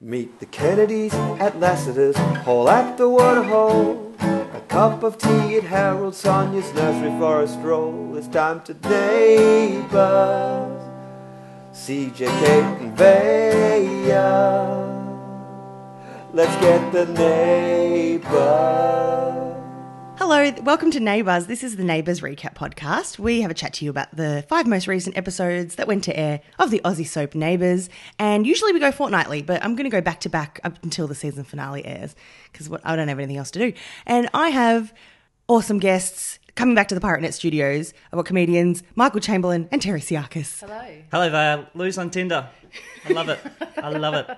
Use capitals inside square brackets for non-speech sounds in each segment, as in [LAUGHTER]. Meet the Kennedys at Lassiter's Hall at the Waterhole. A cup of tea at Harold Sonia's nursery for a stroll. It's time to neighbors. CJ, Kate, and Vaya. Let's get the neighbors. Hello, welcome to Neighbours. This is the Neighbours Recap Podcast. We have a chat to you about the five most recent episodes that went to air of the Aussie soap Neighbours. And usually we go fortnightly, but I'm going to go back to back up until the season finale airs because I don't have anything else to do. And I have awesome guests coming back to the Pirate Net studios. I've got comedians Michael Chamberlain and Terry Siakis. Hello. Hello there. Lose on Tinder. I love it. I love it.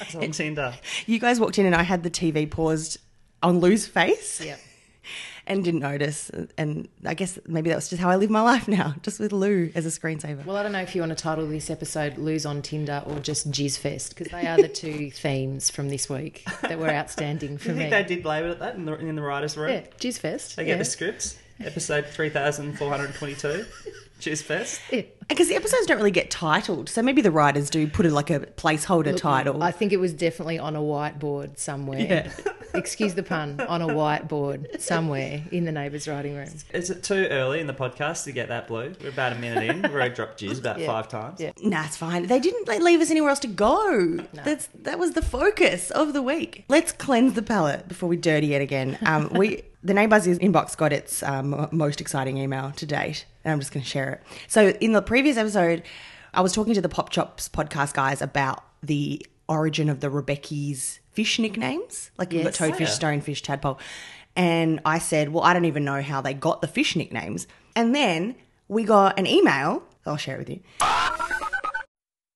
It's on Tinder. You guys walked in and I had the TV paused on Lou's face. Yep. [LAUGHS] and didn't notice. And I guess maybe that's just how I live my life now, [LAUGHS] just with Lou as a screensaver. Well, I don't know if you want to title this episode "Lose on Tinder" or just "Jizz Fest" because they are [LAUGHS] the two themes from this week that were outstanding for Do you think me. they did label it that in the, in the writers' room? yeah, Jizz Fest. They yeah. get the scripts. Episode three thousand four hundred twenty-two. Cheers, fest. Yeah. Because the episodes don't really get titled, so maybe the writers do put in like a placeholder title. I think it was definitely on a whiteboard somewhere. [LAUGHS] Excuse the pun. On a whiteboard somewhere in the neighbour's writing room. Is it too early in the podcast to get that blue? We're about a minute in. We've already dropped jizz about Yeah. five times. Yeah. Nah, it's fine. They didn't like, leave us anywhere else to go. That's that was the focus of the week. Let's cleanse the palate before we dirty it again. Um, we [LAUGHS] the neighbours inbox got its um, most exciting email to date, and I'm just going to share it. So in the previous episode, I was talking to the Pop Chops podcast guys about the origin of the Rebecca's fish nicknames, like you've got Yes. toadfish, stonefish, tadpole, and I said, well, I don't even know how they got the fish nicknames, and then we got an email. I'll share it with you.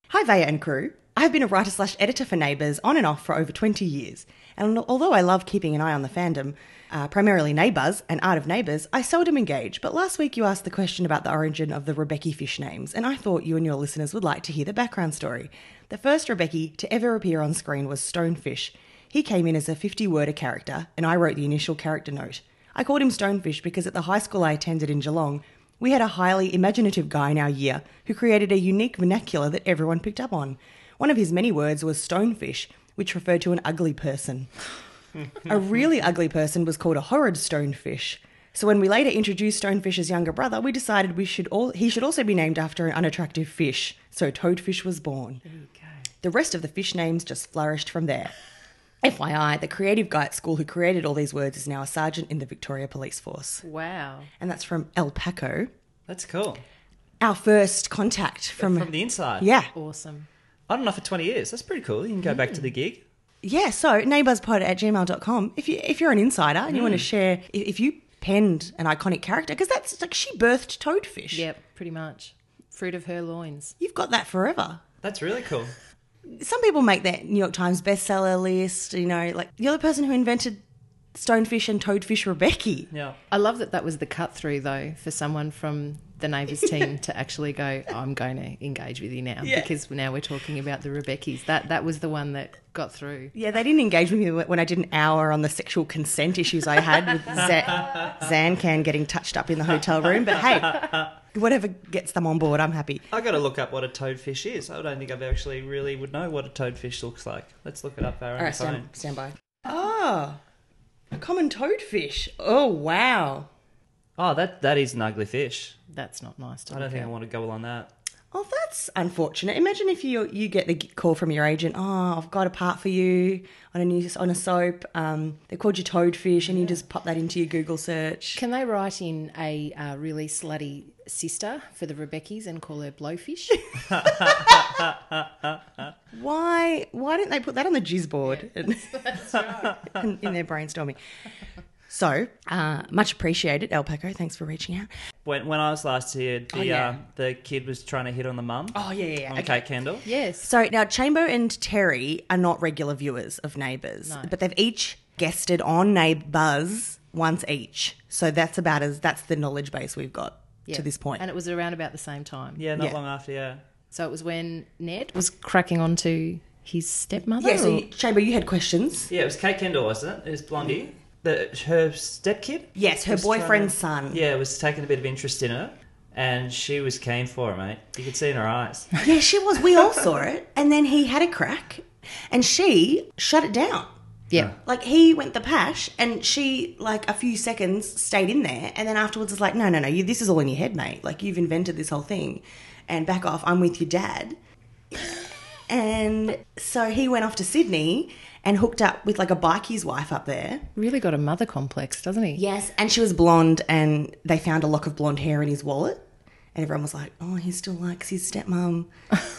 Hi, Vaya and crew. I've been a writer slash editor for Neighbours on and off for over 20 years. And although I love keeping an eye on the fandom, uh, primarily Neighbours and Art of Neighbours, I seldom engage. But last week you asked the question about the origin of the Rebecca fish names, and I thought you and your listeners would like to hear the background story. The first Rebecca to ever appear on screen was Stonefish. He came in as a 50 worder character, and I wrote the initial character note. I called him Stonefish because at the high school I attended in Geelong, we had a highly imaginative guy in our year who created a unique vernacular that everyone picked up on. One of his many words was stonefish, which referred to an ugly person. a really ugly person was called a horrid stonefish. So when we later introduced Stonefish's younger brother, we decided we should all, he should also be named after an unattractive fish. So Toadfish was born. The rest of the fish names just flourished from there. FYI, the creative guy at school who created all these words is now a sergeant in the Victoria Police Force. Wow. And that's from El Paco. That's cool. Our first contact from, From the inside. yeah. Awesome. I don't know for twenty years. That's pretty cool. You can go back to the gig. Yeah, so neighbourspod at gmail.com. If, you, if you're an insider and you want to share, i- if you penned an iconic character, because that's like she birthed Toadfish. Yep. Pretty much. Fruit of her loins. You've got that forever. That's really cool. Some people make that New York Times bestseller list, you know, like you're the person who invented Stonefish and Toadfish Rebecca. Yeah. I love that that was the cut through though for someone from [LAUGHS] the neighbours team to actually go. I'm going to engage with you now Yeah. because now we're talking about the Rebecca's. That that was the one that got through. Yeah, they didn't engage with me when I did an hour on the sexual consent issues I had with Za- Zancan getting touched up in the hotel room. But hey, whatever gets them on board, I'm happy. I got to look up what a toadfish is. I don't think I've actually really would know what a toadfish looks like. Let's look it up our own All right, stand, phone. stand by. Oh, a common toadfish. Oh, wow. Oh, that that is an ugly fish. That's not nice. To I don't think I want to go on that. Oh, that's unfortunate. Imagine if you you get the call from your agent. Oh, I've got a part for you on a new on a soap. Um, they called you toadfish, and you just pop that into your Google search. Can they write in a uh, really slutty sister for the Rebecca's and call [LAUGHS] her Blowfish? Why why didn't they put that on the jizz board in, in their brainstorming? So uh, much appreciated, El Paco. Thanks for reaching out. When when I was last here, the Oh, yeah. uh, the kid was trying to hit on the mum. Oh yeah, yeah, yeah. on Kate Kendall. yes. So now Chambo and Terry are not regular viewers of Neighbours, but they've each guested on Neighbours once each. So that's about as that's the knowledge base we've got Yeah. to this point. And it was around about the same time. Yeah, not Yeah. long after. Yeah, So it was when Ned was cracking on to his stepmother. yeah, so or- you, Chambo, you had questions. yeah, it was Kate Kendall, wasn't it? It was Blondie, the her stepkid. Yes, her Was trying to- boyfriend's son. Yeah, was taking a bit of interest in her, and [LAUGHS] she was keen for her, mate. You could see in her eyes. Yeah, she was. We all saw it, and then he had a crack. And she shut it down. Yeah. Like he went the pash, and she like a few seconds stayed in there, and then afterwards was like, no, no, no, you, this is all in your head, mate. Like you've invented this whole thing, and back off. I'm with your dad. and so he went off to Sydney and hooked up with like a bikie's wife up there. Really got a mother complex, doesn't he? Yes, and she was blonde, and they found a lock of blonde hair in his wallet, and everyone was like, oh, he still likes his stepmom.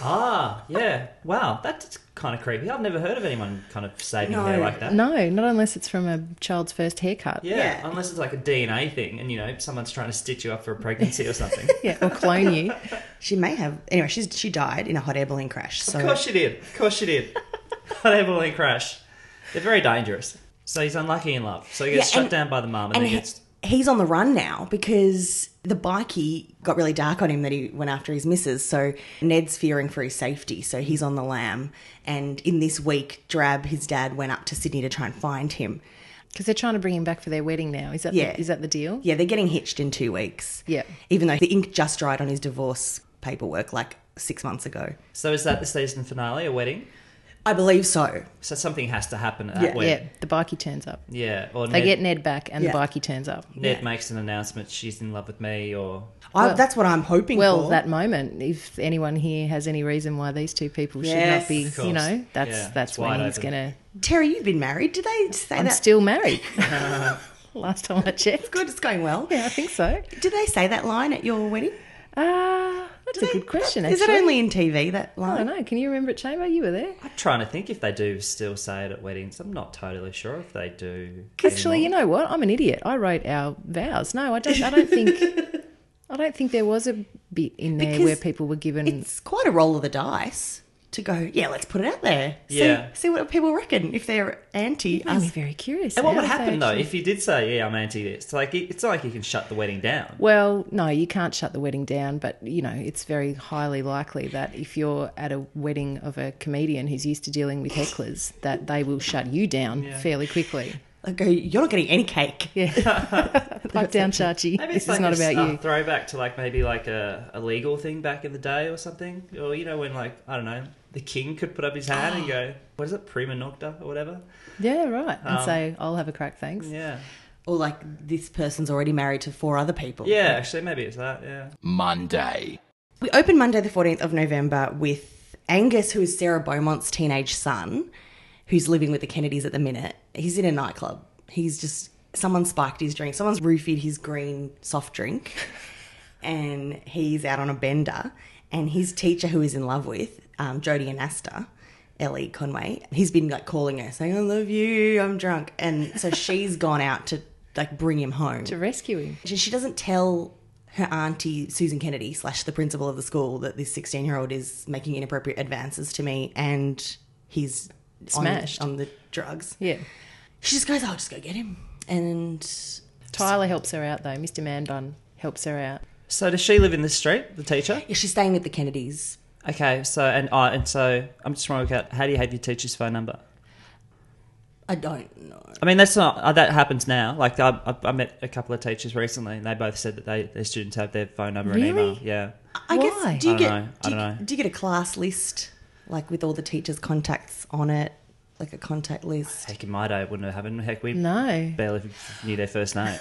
Ah, yeah. Wow, that's kind of creepy. I've never heard of anyone kind of saving No. hair like that. No, not unless it's from a child's first haircut. Yeah, Yeah. unless it's like a DNA thing, and you know someone's trying to stitch you up for a pregnancy or something. Yeah, or clone you. She may have anyway. She's she died in a hot air balloon crash. So Of course she did. Of course she did. Hot air balloon crash. They're very dangerous. So he's unlucky in love. So he gets Yeah, shut and- down by the mum, and, and then he- gets he's on the run now because the bikey got really dark on him that he went after his missus. So Ned's fearing for his safety, so he's on the lam. And in this week, Drab, his dad, went up to Sydney to try and find him. Because they're trying to bring him back for their wedding now. Is that Yeah. the, is that the deal? Yeah, they're getting hitched in two weeks. Yeah. even though the ink just dried on his divorce paperwork like six months ago. So is that the season finale, a wedding? I believe so. So something has to happen at Yeah. that Yeah, wedding. the bikey turns up. Yeah. Or They Ned, get Ned back, and Yeah. the bikey turns up. Ned Yeah. makes an announcement. She's in love with me, or I, Well- that's what I'm hoping Well, for. that moment, if anyone here has any reason why these two people Yes. should Of not be, course. you know, that's Yeah, that's it's when wide he's open. gonna. Terry, you've been married. Did they say I'm that? [LAUGHS] still married. [LAUGHS] Last time I checked. good. It's going well. Yeah, I think so. Did they say that line at your wedding? Ah, that's a good question. Is it actually. only in TV that I line? don't know. Can you remember it, Chamber? You were there. I'm trying to think if they do still say it at weddings. I'm not totally sure if they do. Actually, you know what? I'm an idiot. I wrote our vows. No, I don't. I don't think. [LAUGHS] I don't think there was a bit in there Because where people were given. It's quite a roll of the dice to go. Yeah, let's put it out there. See, Yeah. See what people reckon if they're anti I'm us. very curious. And what How would did they happen though actually- if he did say, "Yeah, I'm anti this"? Like, it- it's not like he can shut the wedding down. Well, no, you can't shut the wedding down, but you know, it's very highly likely that if you're at a wedding of a comedian who's used to dealing with hecklers, that they will shut you down fairly quickly. [LAUGHS] I go. You're not getting any cake. Pipe down, Chachi. Maybe This it's like is not a about uh, you. throwback to like maybe like a, a legal thing back in the day or something, or you know when like I don't know the king could put up his hand [GASPS] and go, "What is it, prima nocta" or whatever? Yeah, right. And say, I'll have a crack, thanks. Um, Yeah, Or like this person's already married to four other people. yeah. Actually, maybe it's that. Yeah. Monday. We open Monday, the 14th of November, with Angus, who is Sarah Beaumont's teenage son, who's living with the Kennedys at the minute. He's in a nightclub. He's just, someone spiked his drink, someone's roofied his green soft drink, and he's out on a bender. And his teacher, who is in love with, um, Jodie Anasta, Ellie Conway, he's been like calling her, saying, I love you, I'm drunk. And so she's gone out to like bring him home. To rescue him. She, she doesn't tell her auntie Susan Kennedy slash the principal of the school that this sixteen year old is making inappropriate advances to me and he's on- Smashed. on, the drugs. Yeah. She just goes, "I'll just go get him," and Tyler helps her out, though. Mr. Man Bun helps her out. So does she live in this street, the teacher? yeah, she's staying with the Kennedys. Okay. So and I and so I'm just trying to work out how do you have your teacher's phone number? I don't know. I mean, that's not uh, that happens now. Like I, I, I met a couple of teachers recently, and they both said that they their students have their phone number and Really? email. Yeah. I Why? guess do you I don't get know. I do you, don't know. do you get a class list like with all the teachers' contacts on it, like a contact list? Heck, in my day, it wouldn't have happened. Heck, we No. barely knew their first name.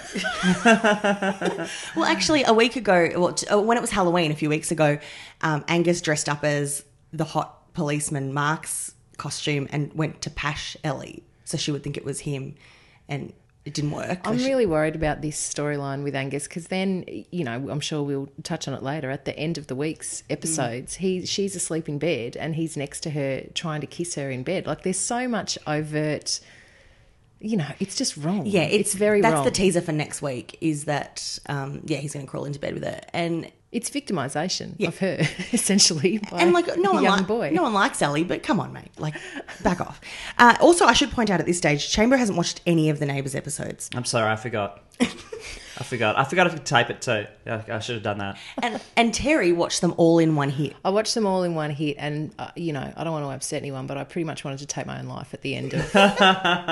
Well, actually, a week ago, well, t- uh, when it was Halloween a few weeks ago, um, Angus dressed up as the hot policeman Mark's costume and went to Pash Ellie, so she would think it was him, and it didn't work. I'm So she- really worried about this storyline with Angus because then, you know, I'm sure we'll touch on it later. At the end of the week's Mm. episodes, he she's asleep in bed and he's next to her trying to kiss her in bed. Like there's so much overt, you know, it's just wrong. yeah, it's, very That's wrong. the teaser for next week. Is that um, yeah, he's going to crawl into bed with her, and it's victimization of her [LAUGHS] essentially. By and like no a one young like, boy. no one likes Ellie, but come on, mate, like back off. Uh, also, I should point out at this stage, Chamber hasn't watched any of the Neighbours episodes. I'm sorry, I forgot. I forgot. I forgot to tape it too. I, I should have done that. And, and Terry watched them all in one hit. I watched them all in one hit, and uh, you know, I don't want to upset anyone, but I pretty much wanted to take my own life at the end of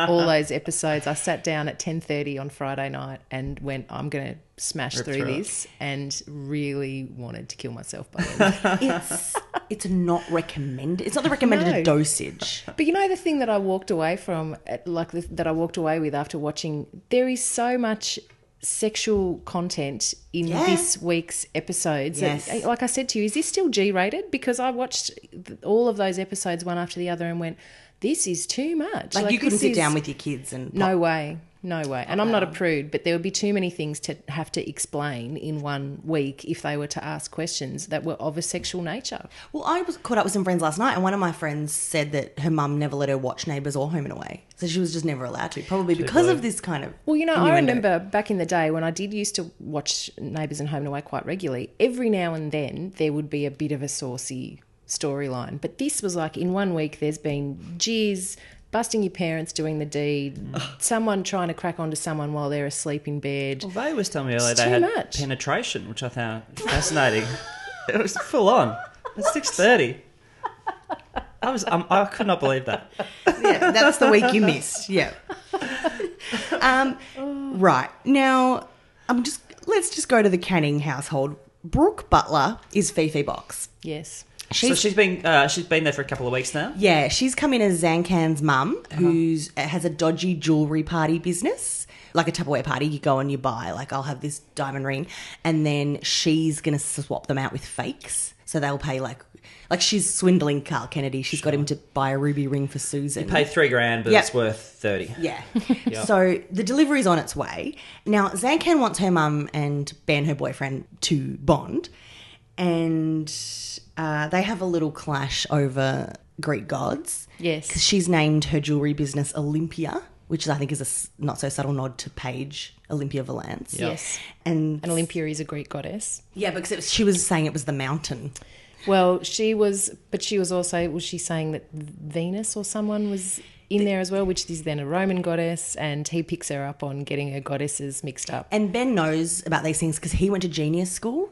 all those episodes. I sat down at ten thirty on Friday night and went, "I'm going to smash through, through it. this," and really wanted to kill myself by the end. [LAUGHS] It's it's not recommended. It's not the recommended No. dosage. But you know the thing that I walked away from, uh, like the, that I walked away with after watching. There is so much sexual content in Yeah. this week's episodes. that- eh, Yes. like I said to you, is this still G-rated? Because I watched th- all of those episodes one after the other and went, "This is too much." Like, you couldn't this sit is- down with your kids and pop- No way. No way. And I'm not a prude, but there would be too many things to have to explain in one week if they were to ask questions that were of a sexual nature. Well, I was caught up with some friends last night, and one of my friends said that her mum never let her watch Neighbours or Home and Away, so she was just never allowed to, probably because of this kind of. Well, you know, I innuendo. remember back in the day when I did used to watch Neighbours and Home and Away quite regularly, every now and then there would be a bit of a saucy storyline. But this was like in one week there's been jizz, busting your parents doing the deed, someone trying to crack onto someone while they're asleep in bed. Well, they was telling me earlier It's they too had much. penetration, which I found fascinating. it was full on. At six thirty, I was um, I could not believe that. yeah, that's the week you missed. [LAUGHS] Yeah. um, right now, I'm just let's just go to the Canning household. Brooke Butler is Fifi Box. Yes. so she's been uh, she's been there for a couple of weeks now. Yeah, she's come in as Zancan's mum, who's uh, has a dodgy jewelry party business, like a Tupperware party. You go and you buy, like, I'll have this diamond ring, and then she's gonna swap them out with fakes, so they'll pay like, like she's swindling Carl Kennedy. She's got him to buy a ruby ring for Susan. Pay three grand, but Yep. it's worth thirty. [LAUGHS] Yeah. So the delivery's on its way. Now, Zancan wants her mum and Ben, her boyfriend, to bond. And uh, they have a little clash over Greek gods. Yes. Because she's named her jewellery business Olympia, which I think is a s- not so subtle nod to Paige Olympia Valance. Yes. And, And Olympia is a Greek goddess. yeah, because it was, she was saying it was the mountain. Well, she was, but she was also, was she saying that Venus or someone was in there as well, which is then a Roman goddess, and he picks her up on getting her goddesses mixed up. And Ben knows about these things because he went to genius school.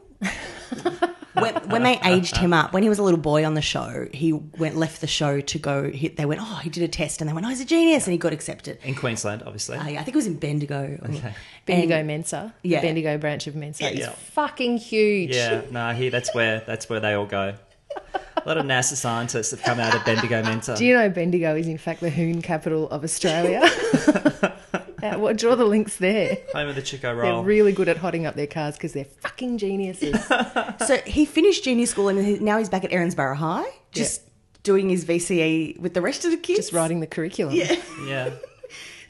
when, when they aged him up, when he was a little boy on the show, he went left the show to go. He, they went, oh, he did a test, and they went, oh, he's a genius, and he got accepted. In Queensland, obviously. Uh, yeah, I think it was in Bendigo. Okay. Bendigo Mensa, Yeah. the Bendigo branch of Mensa is Yeah. fucking huge. yeah, no, here that's where that's where they all go. A lot of NASA scientists have come out of Bendigo Mentor. Do you know Bendigo is in fact the hoon capital of Australia? [LAUGHS] Uh, well, draw the links there. Home of the Chico They're Roll. really good at hotting up their cars because they're fucking geniuses. so he finished junior school, and he, now he's back at Erinsborough High, just doing his VCE with the rest of the kids. Just writing the curriculum. Yeah. yeah.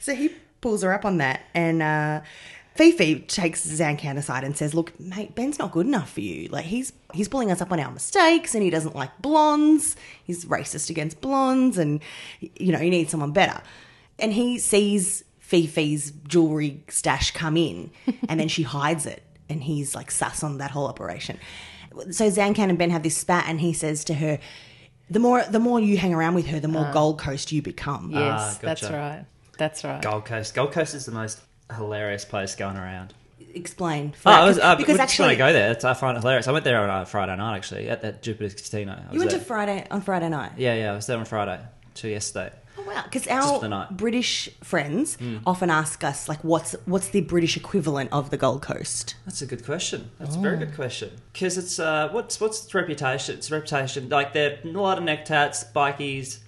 So he pulls her up on that, and uh, Fifi takes Zancan aside and says, "Look, mate, Ben's not good enough for you. Like he's he's pulling us up on our mistakes, and he doesn't like blondes. He's racist against blondes, and you know you need someone better." And he sees Fifi's jewelry stash come in, and then she hides it, and he's like sus on that whole operation. So Zancan and Ben have this spat, and he says to her. The more, the more you hang around with her, the more Gold Coast you become. Ah, Yes, that's gotcha. right. That's right. Gold Coast. Gold Coast is the most hilarious place going around. Explain. Oh, I was, uh, because we just want actually, to go there. It's, I find it hilarious. I went there on uh, Friday night actually at that Jupiter's Casino. I was You went there. to Friday on Friday night. yeah, yeah. I was there on Friday to yesterday. Oh wow! Because for the our night. Hmm. British friends often ask us like, "What's what's the British equivalent of the Gold Coast?" That's a good question. That's a Oh. very good question because it's uh, what's what's its reputation? It's reputation like they're a lot of neck tats, bikies,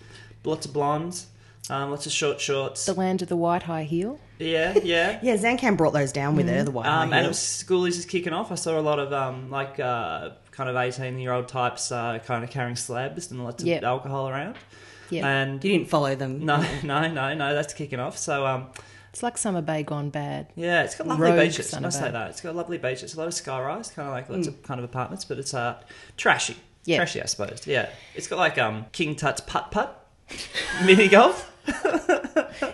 lots of blondes, um, lots of short shorts. The land of the white high heel. Yeah, yeah. Yeah, Zancan brought those down with her. The Uh, white Um, high and it heels. was, school is just kicking off. I saw a lot of um, like uh, kind of eighteen year old types uh, kind of carrying slabs and lots of Yep. alcohol around. Yeah. And You didn't follow them. no, [LAUGHS] no, no, no. That's kicking off. So um, It's like Summer Bay gone bad. yeah, it's got lovely Rogue beaches. I son must of a- say that it's got lovely beaches. A lot of sky rise, kind of like lots of kind of apartments, but it's uh, trashy. Mm. Yeah. Trashy, I suppose. Yeah, it's got like um, King Tut's putt putt [LAUGHS] mini golf.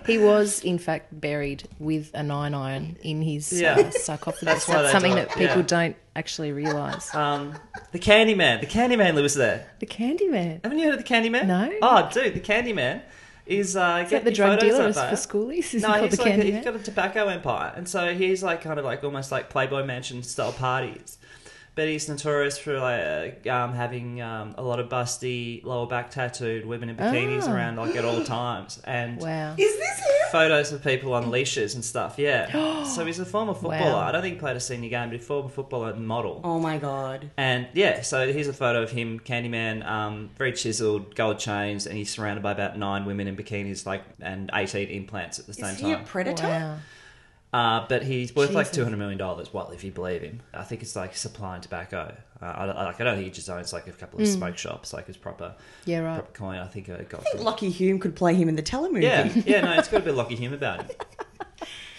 He was, in fact, buried with a nine iron in his Yeah. uh, sarcophagus. That's, That's why they something do that it, people yeah. don't actually realise. Um, the Candyman. The Candyman lives there. the Candyman. Is Haven't you heard of the Candyman? No. Oh, dude, the Candyman is uh, is that the drug dealer is for schoolies? [LAUGHS] Is No, he called he's the like Candyman? he's got a tobacco empire, and so he's like kind of like almost like Playboy Mansion style parties. But he's notorious for like uh, um, having um, a lot of busty lower back tattooed women in bikinis Oh. around like at [GASPS] all times, and Wow. Is this him? photos of people on leashes and stuff. [GASPS] Yeah. so he's a former footballer. Wow. I don't think he played a senior game, but he's a former footballer and model. Oh my god. And yeah, so here's a photo of him, Candyman, um, very chiseled, gold chains, and he's surrounded by about nine women in bikinis, like and eighteen implants at the same Is he a time. predator? Wow. uh, but he's worth like Jesus. two hundred million dollars. Well, if you believe him, I think it's like supplying tobacco. Uh, I, I- like I don't think he just owns like a couple of smoke shops, like his proper Mm. Yeah, right. proper coin. I think uh, it got. I think Lucky Hume could play him in the telemovie. Yeah, yeah, no, it's got a bit of lucky him about [LAUGHS] him.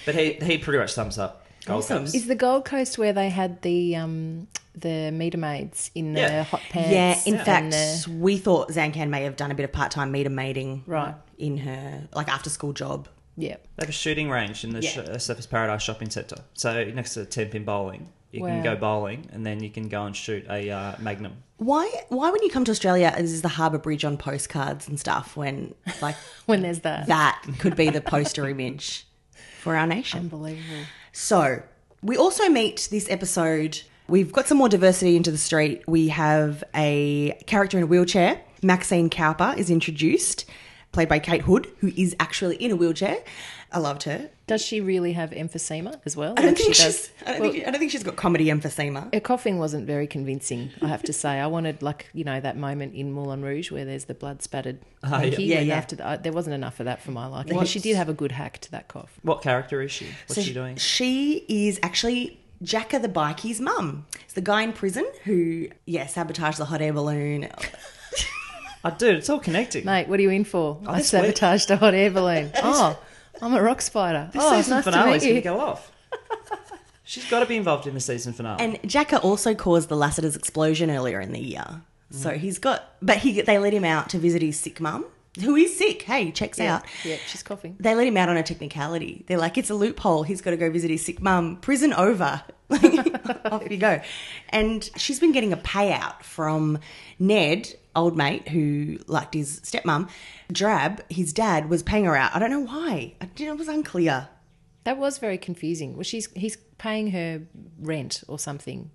But he he pretty much sums up. Gold Awesome. Cups. Is the Gold Coast where they had the um the meter maids in Yeah. the hot Yeah, pants? in and fact, the- we thought Zancan may have done a bit of part time meter mating Right. in her like after school job. yeah. They have a shooting range in the Yeah. sh- uh, Surface Paradise shopping centre. So next to the ten pin bowling, you can Wow. go bowling, and then you can go and shoot a uh, magnum. Why why when you come to Australia is the harbour bridge on postcards and stuff when like [LAUGHS] When there's that. that could be the poster image for our nation. Unbelievable. So we also meet this episode. We've got some more diversity into the street. We have a character in a wheelchair. Maxine Cowper is introduced, played by Kate Hood, who is actually in a wheelchair. I loved her. Does she really have emphysema as well? I don't Like, think she she's. I don't, think she- I don't think she's got comedy emphysema. Her coughing wasn't very convincing, I have to say. I wanted, like, you know, that moment in Moulin Rouge where there's the blood spattered Ah, hanky. Yeah, and yeah. After the, uh, there wasn't enough of that for my liking. But she did have a good hack to that cough. What character is she? What's she doing? She is actually Jacka the Bikie's mum. It's the guy in prison who, yeah, sabotaged the hot air balloon. Oh, dude, it's all connecting. Mate, what are you in for? I Oh, this week- sabotaged a hot [LAUGHS] air balloon. oh, I'm a rock spider. This oh, season nice finale's to meet going to go you. off. She's got to be involved in the season finale. And Jacka also caused the Lassiter's explosion earlier in the year. So he's got, but he they let him out to visit his sick mum, who is sick. Hey, checks yeah, out. yeah, she's coughing. They let him out on a technicality. They're like, it's a loophole. He's got to go visit his sick mum. Prison over. [LAUGHS] Like, Off you go. And she's been getting a payout from Ned, old mate, who liked his stepmom. Drab, his dad, was paying her out. I don't know why. I didn't, it was unclear. That was very confusing. Well, she's he's paying her rent or something.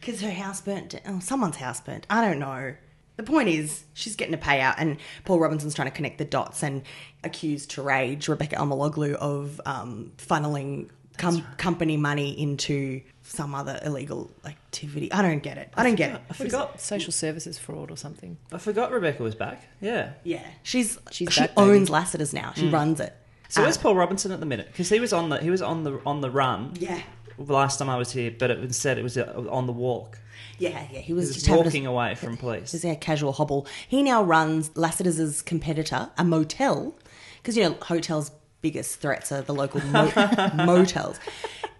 Because her house burnt down. Oh, someone's house burnt. I don't know. The point is, she's getting a payout, and Paul Robinson's trying to connect the dots and accuse Terage, Rebecca Almaloglu, of um, funneling com- company money into some other illegal activity. I don't get it. I don't get it. I forgot. Social services fraud [LAUGHS] or something. I forgot Rebecca was back. Yeah. Yeah. She's, She's she that baby. owns Lassiter's now. She runs it. Mm. Ah. So where's Paul Robinson at the minute? Because he was on the he was on the on the run. Yeah. The last time I was here, but it, instead it was uh, on the walk. Yeah, yeah. He He was was just having a- walking away from police. Just a casual hobble. He now runs Lassiter's competitor, a motel, because you know hotels' biggest threats are the local [LAUGHS] mo- motels.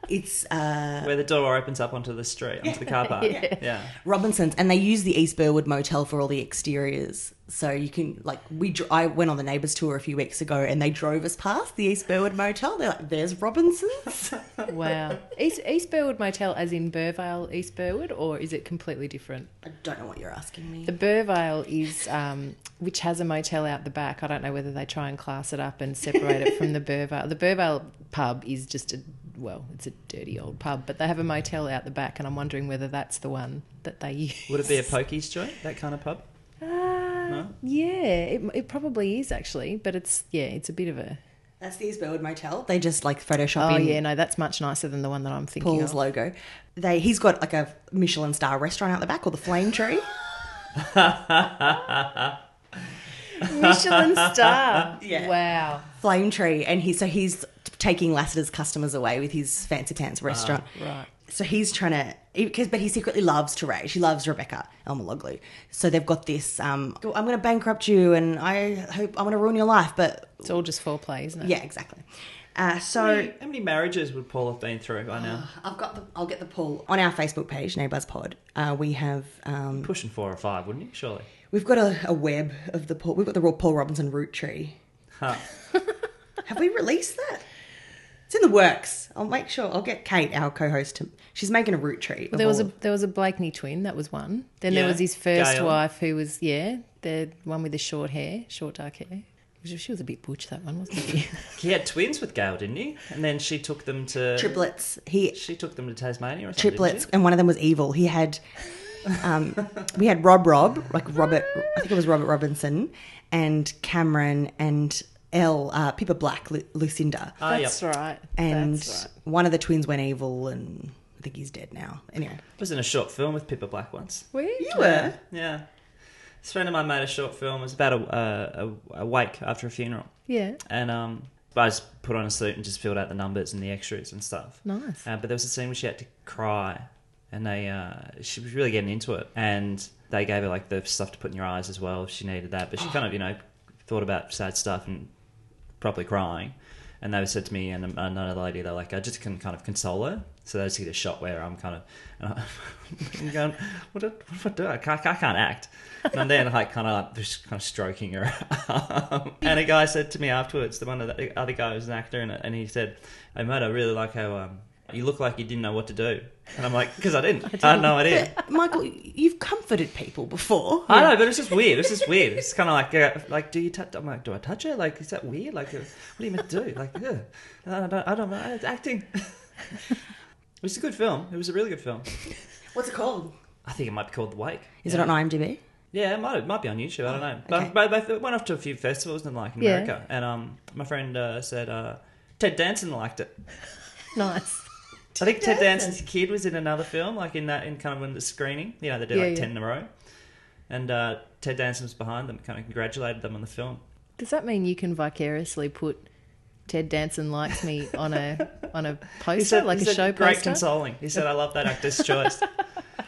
It's uh, where the door opens up onto the street, onto the car park. yeah. Robinson's, and they use the East Burwood Motel for all the exteriors. So you can like we. Dr- I went on the neighbours tour a few weeks ago, and they drove us past the East Burwood Motel. They're like, "There's Robinson's." Wow. East, East Burwood Motel, as in Burvale, East Burwood, or is it completely different? I don't know what you're asking me. The Burvale is, um, which has a motel out the back. I don't know whether they try and class it up and separate it [LAUGHS] from the Burvale. The Burvale pub is just a, well, it's a dirty old pub, but they have a motel out the back, and I'm wondering whether that's the one that they use. Would it be a pokies joint, that kind of pub? [LAUGHS] Uh, Yeah, it, it probably is actually, but it's, yeah, it's a bit of a. That's the East Burwood Motel. They just like Photoshop Oh, in yeah, no, that's much nicer than the one that I'm thinking Paul's of. logo. They he's got like a Michelin star restaurant out the back or the Flame Tree. [LAUGHS] Michelin star. Yeah. Wow. Flame Tree, and he so he's taking Lassiter's customers away with his fancy pants restaurant. Right. So he's trying to, because but he secretly loves Teray. She loves Rebecca Elmaloglu. So they've got this. Um, I'm going to bankrupt you, and I hope I'm going to ruin your life. But It's all just foreplay, isn't it? yeah, exactly. Uh, How so many, how many marriages would Paul have been through by [SIGHS] now? I've got the. I'll get the pull on our Facebook page, Neighbours Pod. Uh, we have um, Pushing four or five, wouldn't he? Surely. We've got a, a web of the Paul. We've got the raw Paul Robinson root tree. Huh. [LAUGHS] Have we released that? It's in the works. I'll make sure. I'll get Kate, our co-host, to. She's making a root tree. Well, there was a there was a Blakeney twin. That was one. Then Yeah. there was his first Gail. wife, who was yeah, the one with the short hair, short dark hair. She was a bit butch that one, wasn't she? He had twins with Gail, didn't he? And then she took them to Triplets. He She took them to Tasmania or something. didn't triplets, and one of them was evil. He had, um, we had Rob Rob, like Robert, I think it was Robert Robinson, and Cameron and Elle, uh, Pippa Black, Lu- Lucinda. she? [LAUGHS] Ah, yeah. That's right. and That's right. one of the twins went evil, and I think he's dead now. Anyway, I was in a short film with Pippa Black once. Where? were Yeah. This friend of mine made a short film. It was about a, uh, a, a wake after a funeral. Yeah. And um, I just put on a suit and just filled out the numbers and the extras and stuff. [LAUGHS] Nice. Uh, but there was a scene where she had to cry, and they uh, she was really getting into it, and they gave her like the stuff to put in your eyes as well if she needed that. But she kind of you know thought about sad stuff and probably crying. And they said to me and another lady, they're like, I just can kind of console her. So they just get a shot where I'm kind of [LAUGHS] and I- I'm going, what do, what do I do? I can't, I can't act. And I'm then like kind of like just kind of stroking her. [LAUGHS] arm. and a guy said to me afterwards, the one of the, the other guy was an actor, and, and he said, Hey mate, I really like how um, you look like you didn't know what to do. And I'm like, because I didn't. I, had no idea. Michael, you've comforted people before. I know, but it's just weird. It's just weird. It's kind of like, uh, like, do you touch? I'm like, do I touch it? Like, is that weird? Like, uh, what are you meant to do? Like, ugh. I don't, I don't know. It's acting. [LAUGHS] it was a good film. It was a really good film. What's it called? I think it might be called The Wake. Is yeah. it on IMDb? Yeah, it might, it might be on YouTube. I don't know. okay. But, but, but it went off to a few festivals and like in Yeah. America. And um, my friend uh, said uh, Ted Danson liked it. Nice. I think Ted Danson's kid was in another film, like in that in kind of when the screening. You know, they did Yeah, like yeah. ten in a row, and uh, Ted Danson was behind them, kind of congratulated them on the film. Does that mean you can vicariously put Ted Danson likes me on a on [LAUGHS] a poster, like a said, show great poster? consoling. He said, "I love that actor's choice."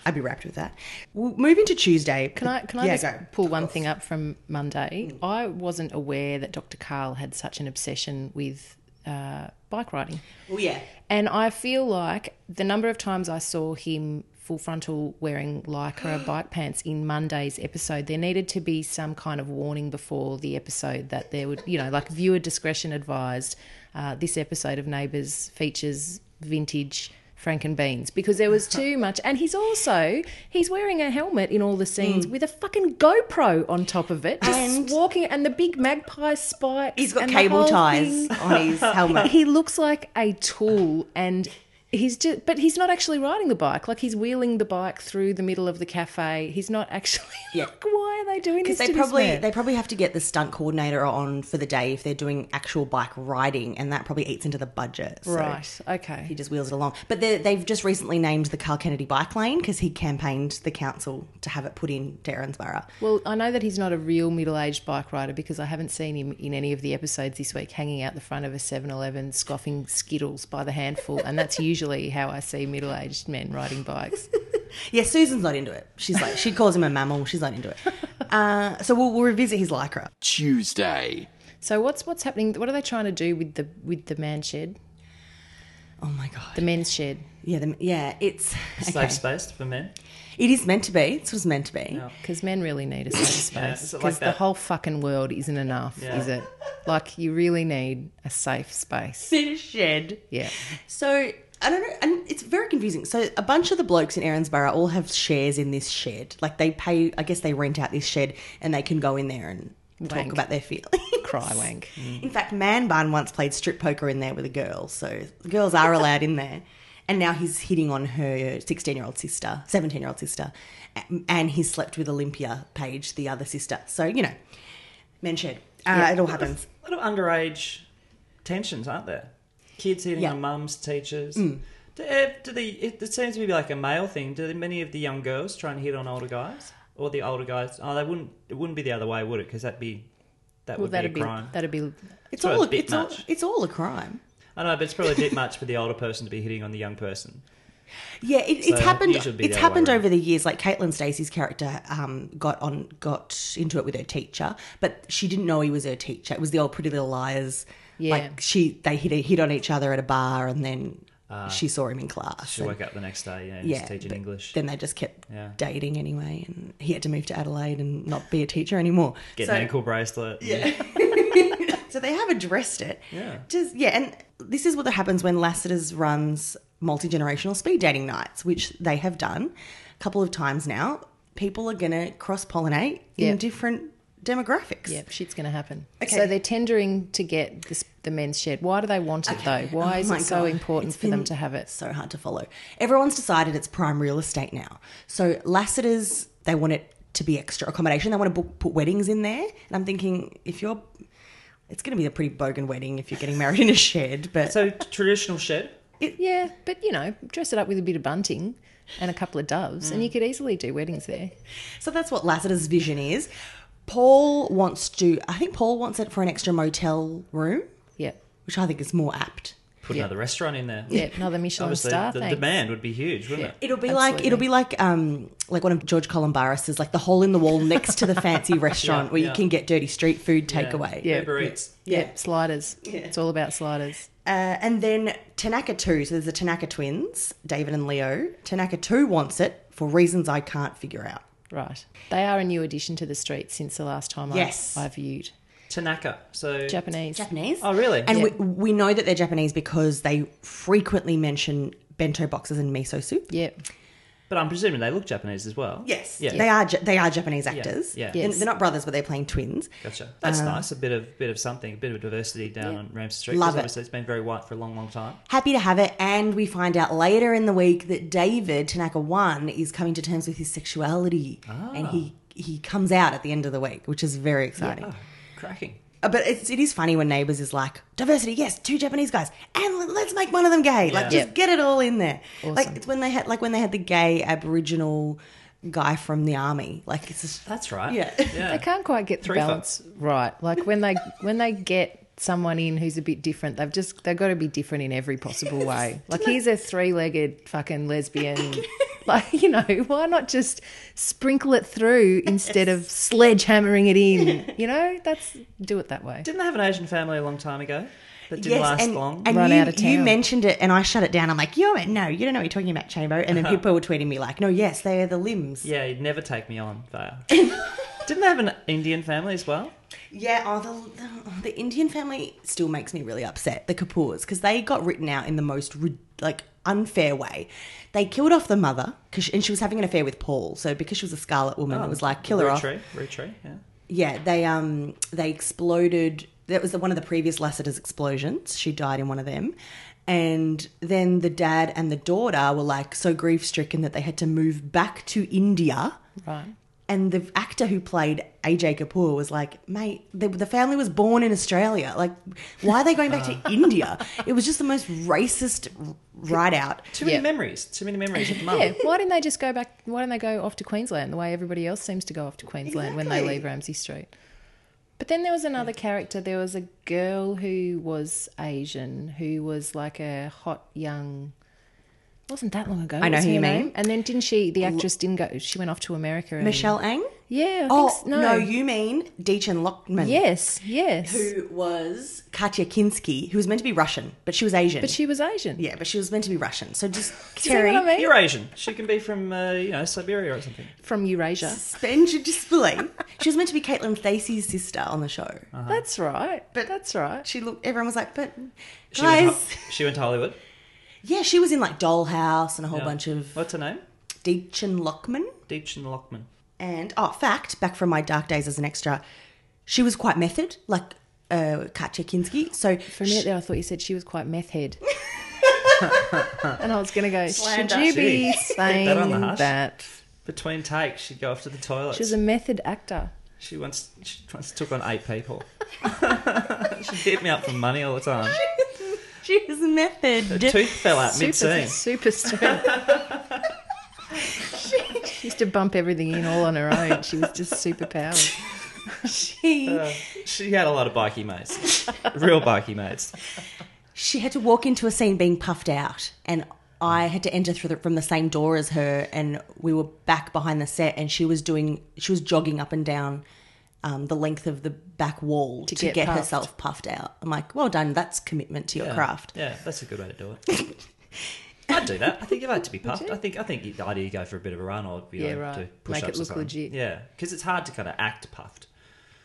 I'd be wrapped with that. We'll move into Tuesday. Can I can I yeah, just go. pull one thing up from Monday? Hmm. I wasn't aware that Dr. Carl had such an obsession with uh, bike riding, Well, yeah. and I feel like the number of times I saw him full frontal [GASPS] wearing lycra bike pants in Monday's episode, there needed to be some kind of warning before the episode that there would, you know, like viewer discretion advised. Uh, this episode of Neighbours features vintage Frank and Beans because there was [LAUGHS] too much. And he's also he's wearing a helmet in all the scenes with a fucking GoPro on top of it, just Mm. And- walking and the big magpie spikes. He's got and the cable whole ties thing. on [LAUGHS] his helmet. He looks like a tool and he's just but he's not actually riding the bike. Like he's wheeling the bike through the middle of the cafe. He's not actually [LAUGHS] Yeah. like why are they doing this? Because they to this probably man? they probably have to get the stunt coordinator on for the day if they're doing actual bike riding, and that probably eats into the budget. So Right. He Okay. just wheels it along. But they- they've just recently named the Carl Kennedy Bike Lane because he campaigned the council to have it put in to Erinsborough. Well, I know that he's not a real middle-aged bike rider because I haven't seen him in any of the episodes this week hanging out the front of a 7-Eleven scoffing Skittles by the handful, and that's usually how I see middle-aged men riding bikes. Yeah, Susan's not into it. She's like, she calls him a mammal. She's not [LAUGHS] into it. Uh, so we'll, we'll revisit his lycra. Tuesday, So what's what's happening? What are they trying to do with the with the man shed? Oh my god. The men's shed. yeah, the, yeah. It's okay. Safe space for men. It is meant to be. It's what's meant to be. Because men really need a safe Yeah, space. is it like Because the that? whole fucking world isn't enough, Yeah. is it? Like you really need a safe space. In a shed. Yeah. So I don't know, and it's very confusing. So a bunch of the blokes in Erinsborough all have shares in this shed. Like they pay, I guess they rent out this shed, and they can go in there and Wank. talk about their feelings. [LAUGHS] Cry wank. In fact, Man Barn once played strip poker in there with a girl, so the girls are allowed in there. And now he's hitting on her 16 year old sister, 17 year old sister, a- and he slept with Olympia Page, the other sister. So, you know, men shed. Uh, It all happens. A lot of underage tensions, aren't there? Kids hitting Yeah. on mums, teachers. Do, eh, do the it, it seems to be like a male thing. Do many of the young girls try and hit on older guys, or the older guys? Oh, they wouldn't. It wouldn't be the other way, would it? Because that'd be that Well, would be a that'd be, crime. that'd be. It's, Sorry, all, a a, bit it's, all, much. it's all a crime. I know, but it's probably a bit much for the older person to be hitting on the young person. Yeah, it, it's So happened. you should be It's the other happened way over the years. Like Caitlin Stacey's character um, got on, got into it with her teacher, but she didn't know he was her teacher. It was the old Pretty Little Liars. Yeah. Like she, they hit hit on each other at a bar, and then she saw him in class. Uh, She and- woke up the next day, yeah, and yeah, just teaching but English. Then they just kept Yeah. dating anyway, and he had to move to Adelaide and not be a teacher anymore. Get So- an ankle bracelet. Yeah. so they have addressed it. Yeah. Just yeah, and this is what happens when Lassiter's runs multi generational speed dating nights, which they have done a couple of times now. People are gonna cross pollinate Yeah. in different demographics. Yep, shit's going to happen. Okay. So they're tendering to get this, the men's shed. Why do they want it though? Why Oh is my it so God. important It's for them been to have it? So hard to follow. Everyone's decided it's prime real estate now. So Lassiter's, they want it to be extra accommodation. They want to book, put weddings in there. And I'm thinking, if you're, it's going to be a pretty bogan wedding if you're getting married in a shed. But So traditional shed. Yeah, but you know, dress it up with a bit of bunting and a couple of doves, Mm. and you could easily do weddings there. so that's what Lassiter's vision is. Paul wants to. I think Paul wants it for an extra motel room, Yeah, which I think is more apt. Put Yeah. another restaurant in there. yeah, [LAUGHS] another Michelin Obviously, star the thing. demand would be huge, wouldn't it? It'll be like Absolutely. it'll be like um like one of George Columbaris's like the hole in the wall next to the [LAUGHS] fancy restaurant Yeah, where yeah. you can get dirty street food takeaway. Yeah. Uber Eats. Yeah, Yeah. sliders. It's all about sliders. Uh, and then Tanaka 2, so there's the Tanaka twins, David and Leo. Tanaka 2 wants it for reasons I can't figure out. Right. They are a new addition to the street since the last time Yes. I, I viewed Tanaka. So Japanese. Japanese? Oh, really? And Yeah. we, we know that they're Japanese because they frequently mention bento boxes and miso soup. Yep. but I'm presuming they look Japanese as well. Yes, Yeah. they are Ja- they are Japanese actors. yeah. They're- Yes. They're not brothers, but they're playing twins. Gotcha. Um, That's nice. A bit of bit of something, a bit of diversity down Yeah. on Ramsey Street. Love 'cause it. Obviously, it's been very white for a long, long time. Happy to have it, and we find out later in the week that David Tanaka One is coming to terms with his sexuality, Ah. and he he comes out at the end of the week, which is very exciting. Oh, cracking. Uh, But it's, it is funny when neighbors is like diversity, yes, two Japanese guys, and l- let's make one of them gay. Like Yeah. just Yep. get it all in there. Like Awesome. it's when they had like when they had the gay Aboriginal guy from the army. Like it's just That's right. Yeah. [LAUGHS] Yeah. They can't quite get the Threefer. balance right. Like when [LAUGHS] they when they get someone in who's a bit different, they've just they've got to be different in every possible way. [LAUGHS] Like here's a three legged fucking lesbian. [LAUGHS] Like, you know, why not just sprinkle it through instead of sledgehammering it in? You know, that's do it that way. Didn't they have an Asian family a long time ago that didn't last and, long? and Run you, out of you town. mentioned it, and I shut it down. I'm like, you no, you don't know what you're talking about, Chambo. And then people were tweeting me like, no, yes, they are the limbs. Uh-huh. yeah, you'd never take me on, [LAUGHS] Vale. didn't they have an Indian family as well? Yeah, oh, the, the, the Indian family still makes me really upset. The Kapoors, because they got written out in the most rid- like unfair way. They killed off the mother, cause, and she was having an affair with Paul. So because she was a Scarlet Woman, Oh, it was like kill her Rue off. Tree, Rue Tree, yeah. Yeah, they um they exploded. That was the, one of the previous Lassiter's explosions. She died in one of them, and then the dad and the daughter were like so grief stricken that they had to move back to India. Right. And the actor who played AJ Kapoor was like, mate, the, the family was born in Australia. Like, why are they going back [LAUGHS] to India? It was just the most racist r- write out. Too many Yeah. memories. Too many [LAUGHS] memories of mum. Yeah, why didn't they just go back? Why don't they go off to Queensland the way everybody else seems to go off to Queensland when they Exactly. leave Ramsey Street? But then there was another character. There was a girl who was Asian, who was like a hot young. Wasn't that long ago? I know was who her you mean. name? And then didn't she? The actress didn't go. She went off to America. And, Michelle Ang? Yeah. I Oh, think s- no. you mean Deechan Lockman. Yes. Yes. Who was Katya Kinsky, who was meant to be Russian, but she was Asian. But she was Asian. yeah, but she was meant to be Russian. So [LAUGHS] just, You see Terry, what I mean? You're Asian. She can be from, uh, you know, Siberia or something. From Eurasia. suspend your disbelief. she was meant to be Caitlin Stacey's sister on the show. That's right. Uh-huh. But- But that's right. She looked, everyone was like, but She, went to- guys. she went to Hollywood. [LAUGHS] Yeah, she was in like Dollhouse and a whole Yeah. bunch of What's her name? Deech and Lockman. Deechan Lockman. And oh, fact, back from my dark days as an extra, she was quite method, like uh, Katya Kinsky. So For a minute there, I thought you said she was quite meth head. [LAUGHS] and I was going to go, Slander. should you Gee, be saying that on the hush. that? Between takes, she'd go off to the toilet. She was a method actor. She once she once took on eight people. [LAUGHS] she hit me up for money all the time. [LAUGHS] she was method. Tooth fell out Uh, mid Super, scene. super strength. [LAUGHS] she used to bump everything in all on her own. She was just super powered. She, [LAUGHS] uh, She had a lot of bikey mates, real bikey mates. she had to walk into a scene being puffed out, and I had to enter through the, from the same door as her, and we were back behind the set, and she was doing, she was jogging up and down. Um, the length of the back wall to, get get, puffed. herself puffed out. I'm like, well done. That's commitment to your Yeah. craft. Yeah, that's a good way to do it. I'd do that. I think if I had to be puffed, I think I think the idea you go for a bit of a run or you Yeah, know, right. do Make push-ups it or look something. legit. Yeah, because it's hard to kind of act puffed,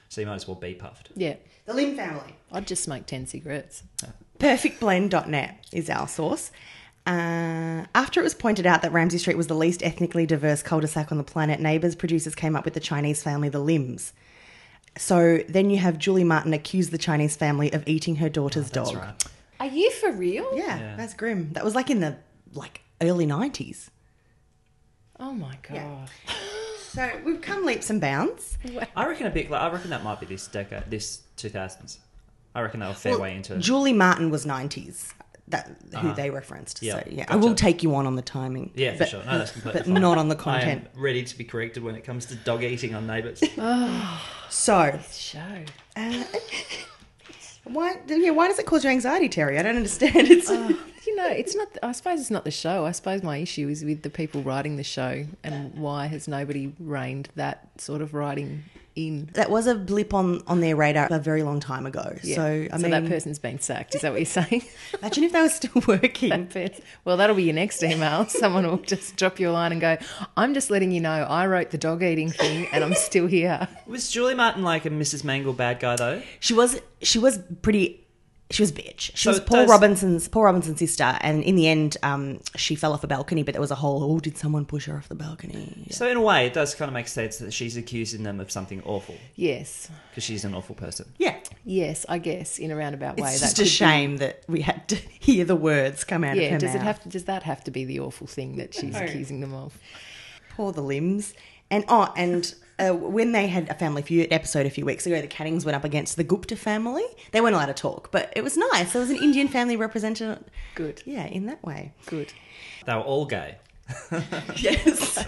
so you might as well be puffed. Yeah. The Lim family. I'd just smoke 10 cigarettes. Perfectblend.net is our source. Uh, after it was pointed out that Ramsey Street was the least ethnically diverse cul-de-sac on the planet, Neighbours producers came up with the Chinese family, the Lims. So then you have Julie Martin accuse the Chinese family of eating her daughter's dog. Oh, right. Are you for real? Yeah, Yeah. that's grim. That was like in the like early 90s. Oh my god. Yeah. So we've come leaps and bounds. I reckon a bit. Like, I reckon that might be this decade, this two thousands. I reckon they'll fair Well, way into it. Julie Martin was 90s. That who they referenced. So Yeah, yeah, I gotcha. will take you on on the timing. yeah, for but, sure. No, that's completely but fine. not on the I am content. ready to be corrected when it comes to dog eating on neighbours. [LAUGHS] So Show. why yeah, why does it cause you anxiety, Terry? I don't understand. [LAUGHS] It's You know, it's not. I suppose it's not the show. I suppose my issue is with the people writing the show, and why has nobody reined that sort of writing in? that was a blip on on their radar a very long time ago. Yeah. So I mean, that person's been sacked. Is that what you're [LAUGHS] saying? imagine if they were still [LAUGHS] working. well, that'll be your next email. [LAUGHS] Someone will just drop you a line and go, "I'm just letting you know, I wrote the dog eating thing, and I'm still here." Was Julie Martin like a Mrs. Mangle bad guy though? She was she was pretty she was a bitch. She So was it Paul does- Robinson's Paul Robinson's sister, and in the end, um, she fell off a balcony. But there was a whole oh, did someone push her off the balcony? So in a way, it does kind of make sense that she's accusing them of something awful [LAUGHS] Yes, because she's an awful person. Yeah, yes, I guess in a roundabout way. it's just that could a be- shame that we had to [LAUGHS] hear the words come out of yeah, her does mouth. it have to? Does that have to be the awful thing that she's accusing them of? Poor the limbs. And oh, and uh, when they had a family feud episode a few weeks ago, the Cannings went up against the Gupta family. They weren't allowed to talk, but it was nice. There was an Indian family represented. Good. Yeah, in that way. Good. They were all gay. [LAUGHS] Yes.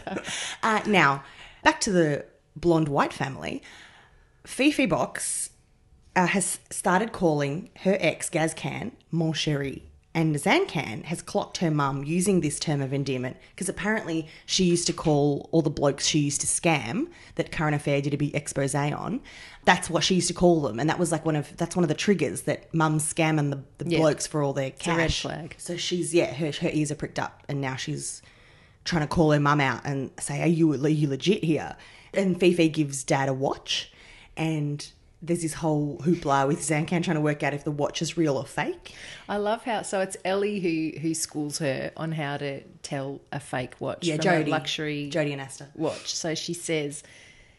uh, now, back to the blonde white family. Fifi Box uh, has started calling her ex Gaz Can Mon Chéri. And Zancan has clocked her mum using this term of endearment because apparently she used to call all the blokes she used to scam that Current Affair did a big expose on. That's what she used to call them, and that was like one of that's one of the triggers that mums scamming the, the Yeah. blokes for all their cash. a red flag. So she's yeah, her her ears are pricked up, and now she's trying to call her mum out and say, "Are you are you legit here?" And Fifi gives Dad a watch, and there's this whole hoopla with Zancan trying to work out if the watch is real or fake. I love how so it's Ellie who who schools her on how to tell a fake watch from a luxury Jody and Asta. watch. So she says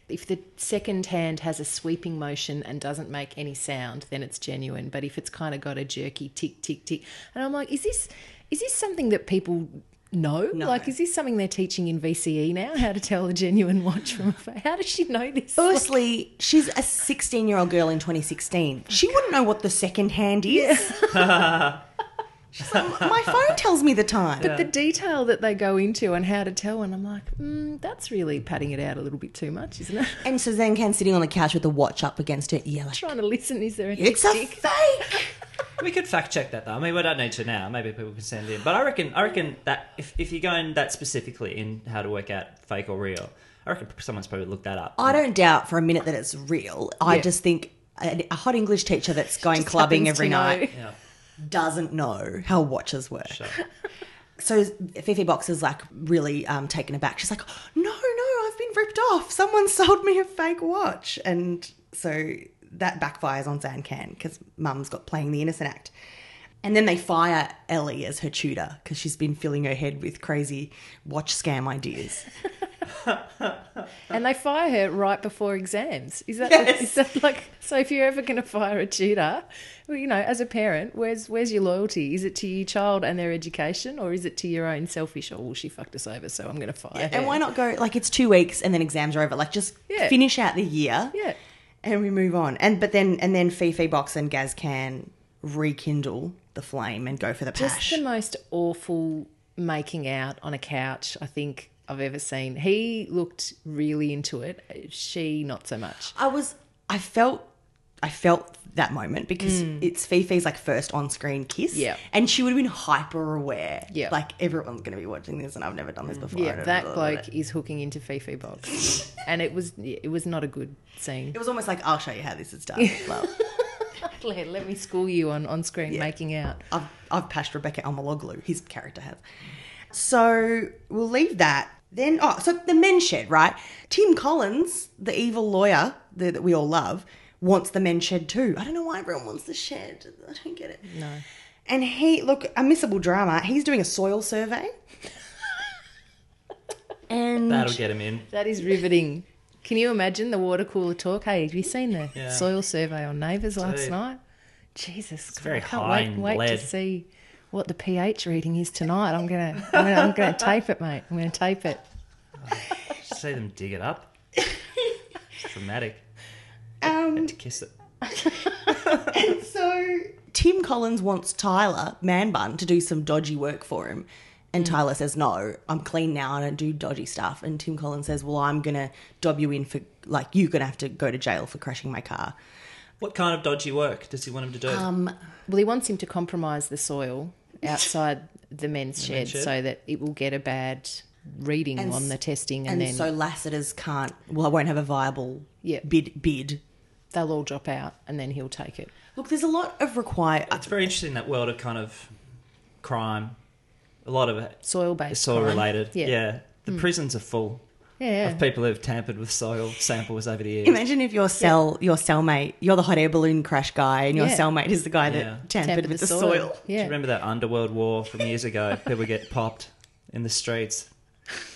if the second hand has a sweeping motion and doesn't make any sound, then it's genuine. But if it's kind of got a jerky tick tick tick, and I'm like, is this is this something that people know? Like, is this something they're teaching in VCE now? How to tell a genuine watch from a fake? How does she know this? Oh, Firstly, she's a 16 year old girl in 2016. She wouldn't know what the second hand is. [LAUGHS] she's like, my phone tells me the time. But the detail that they go into and how to tell, and I'm like, mm, that's really padding it out a little bit too much, isn't it? [LAUGHS] and so Zancan sitting on the couch with the watch up against her ear, like, Trying to listen, is there a it's a tick-tick? fake. We could fact check that though. I mean, we don't need to now. Maybe people can send in. But I reckon, I reckon that if, if you're going that specifically in how to work out fake or real, I reckon someone's probably looked that up. I don't doubt for a minute that it's real. I Yeah. just think a, a hot English teacher that's going Just clubbing happens every to know. night Yeah, doesn't know how watches work. sure. [LAUGHS] So Fifi Box is like really um, taken aback. She's like, "No, no, I've been ripped off. Someone [LAUGHS] sold me a fake watch." And so that backfires on Zancan because Mum's got playing the innocent act. And then they fire Ellie as her tutor because she's been filling her head with crazy watch scam ideas. And they fire her right before exams. Is that, Yes. is that like, so if you're ever going to fire a tutor, well, you know, as a parent, where's, where's your loyalty? Is it to your child and their education or is it to your own selfish, oh, well, she fucked us over, so I'm going to fire her? And why not go like it's two weeks and then exams are over? Like just Yeah. finish out the year Yeah. and we move on. And but then and then Fifi Box and Gaz can rekindle the flame and go for the Just pash. the most awful making out on a couch I think I've ever seen. He looked really into it. She not so much. I was I felt I felt that moment because it's Fifi's like first on screen kiss. Mm. Yeah. And she would have been hyper aware. Yeah. Like everyone's gonna be watching this and I've never done this before. Yeah, that bloke is hooking into Fifi Box, and it was it was not a good scene. It was almost like I'll show you how this is [LAUGHS] done. well, Let, let me school you on on screen making out. I've, I've passed Rebecca Almaloglu, his character has. So we'll leave that. Then, oh, so the men's shed, right? Tim Collins, the evil lawyer that, that we all love, wants the men's shed too. I don't know why everyone wants the shed. I don't get it. No. And he, look, a missable drama. He's doing a soil survey. and That'll get him in. That is riveting. Can you imagine the water cooler talk? Hey, have you seen the Yeah. soil survey on Neighbours last Dude. night? Jesus, it's very I can't high wait, in wait lead. to see what the pH reading is tonight. I'm gonna, I'm gonna, I'm gonna tape it, mate. I'm gonna tape it. See them dig it up. It's dramatic. Um, To kiss it. so Tim Collins wants Tyler Man Bun to do some dodgy work for him, and Tyler says no, I'm clean now. I don't do dodgy stuff. And Tim Collins says, well, I'm gonna dob you in for like you're gonna have to go to jail for crashing my car. What kind of dodgy work does he want him to do? Um, Well, he wants him to compromise the soil outside [LAUGHS] the men's shed, shed. so that it will get a bad reading And on s- the testing, And, and, then so Lassiter's can't. Well, I won't have a viable Yeah. bid. Bid. they'll all drop out, and then he'll take it. Look, there's a lot of require. it's very interesting that world of kind of crime. A lot of it Soil is based. soil related. Yeah. Hmm. Yeah. The prisons are full Yeah. of people who've tampered with soil samples over the [LAUGHS] years. Imagine if your cell, your cellmate, you're the hot air balloon crash guy, and your Yeah. cellmate is the guy that Yeah. tampered, Tampered with the, soil. Do Yeah. you remember that underworld war from years ago? People get popped in the streets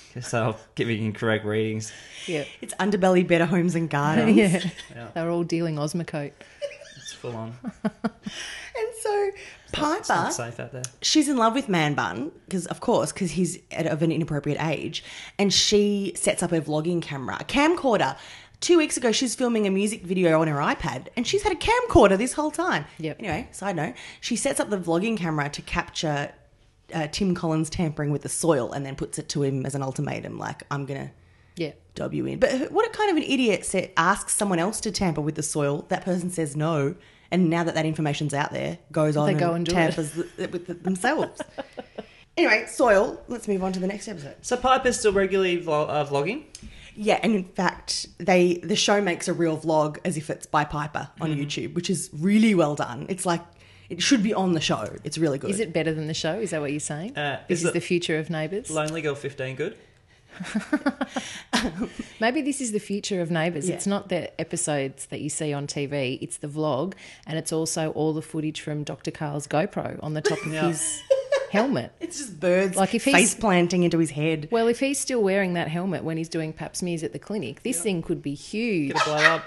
because they're giving incorrect readings. Yeah. It's underbelly, better homes and gardens. [LAUGHS] Yeah. Yeah. They're all dealing Osmocote. It's full on. [LAUGHS] And so It's not Piper, safe out there. she's in love with Man Bun because, of course, because he's at, of an inappropriate age, and she sets up her vlogging camera, a camcorder. Two weeks ago, she's filming a music video on her iPad, and she's had a camcorder this whole time. Yep. Anyway, side note: she sets up the vlogging camera to capture uh, Tim Collins tampering with the soil, and then puts it to him as an ultimatum, like, "I'm gonna." Yeah. dob you in. But who- what a kind of an idiot set, asks someone else to tamper with the soil. That person says no, and now that that information's out there, goes on They and, go and do it. tampers th- with it [LAUGHS] themselves. anyway, soil. Let's move on to the next episode. So Piper's still regularly vlog- uh, vlogging. Yeah, and in fact, they the show makes a real vlog as if it's by Piper on Mm. YouTube, which is really well done. It's like it should be on the show. It's really good. Is it better than the show? Is that what you're saying? Uh, this is is it- the future of Neighbours. Lonely Girl 15 good? Maybe this is the future of Neighbours. Yeah. It's not the episodes that you see on TV, it's the vlog, and it's also all the footage from Dr. Carl's GoPro on the top of [LAUGHS] Yeah. his helmet. It's just birds Like, like if if he's- face planting into his head. Well, if he's still wearing that helmet when he's doing pap smears at the clinic, this thing could be huge. Gonna blow up.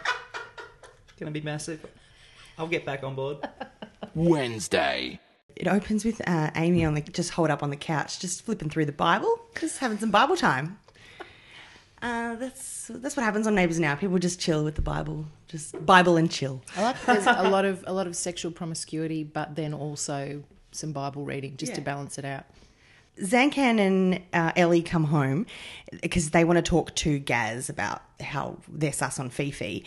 Gonna be massive. I'll get back on board. Wednesday, It opens with uh, Amy on the just hold up on the couch, just flipping through the Bible, just having some Bible time. Uh, that's that's what happens on Neighbours now. People just chill with the Bible, just Bible and chill. I like that there's [LAUGHS] a lot of a lot of sexual promiscuity, but then also some Bible reading just to Yeah. balance it out. Zankan and uh, Ellie come home because they want to talk to Gaz about how they're sus on Fifi.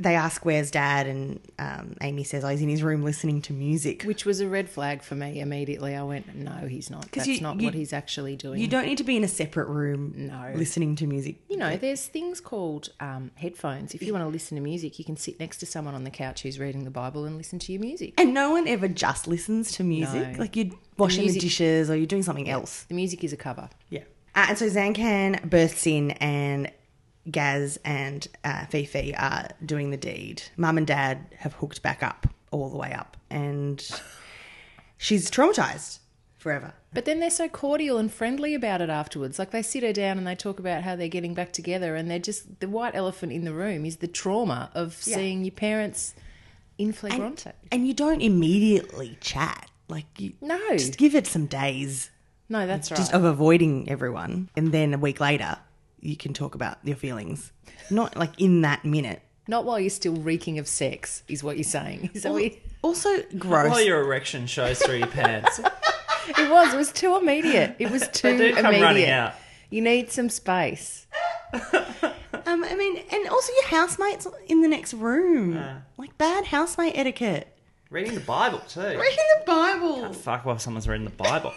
They ask where's Dad, and um, Amy says, "Oh, he's in his room listening to music." Which was a red flag for me immediately. I went, no, he's not. That's you- not you- what he's actually doing. You don't need to be in a separate room No. listening to music. you know, there's things called um, headphones. If you want to listen to music, you can sit next to someone on the couch who's reading the Bible and listen to your music. And no one ever just listens to music. No. Like you're washing the, music- dishes or you're doing something else. The music is a cover. Yeah. Uh, and so Zancan bursts in and Gaz and uh, Fifi are doing the deed. Mum and Dad have hooked back up, all the way up. And she's traumatized forever. But then they're so cordial and friendly about it afterwards. Like they sit her down and they talk about how they're getting back together, and they're just the white elephant in the room is the trauma of Yeah. seeing your parents in And, flagrante. and you don't immediately chat. Like you No. Just give it some days no, that's right. just of avoiding everyone. And then a week later, you can talk about your feelings. Not like in that minute. Not while you're still reeking of sex, is what you're saying. [LAUGHS] So Al- we, also gross. While your erection shows through your [LAUGHS] pants, it was. It was too immediate. It was too do come immediate. running out. You need some space. um, I mean, and also your housemates in the next room. like bad housemate etiquette. reading the Bible too. Reading the Bible. Fuck while someone's reading the [LAUGHS] Bible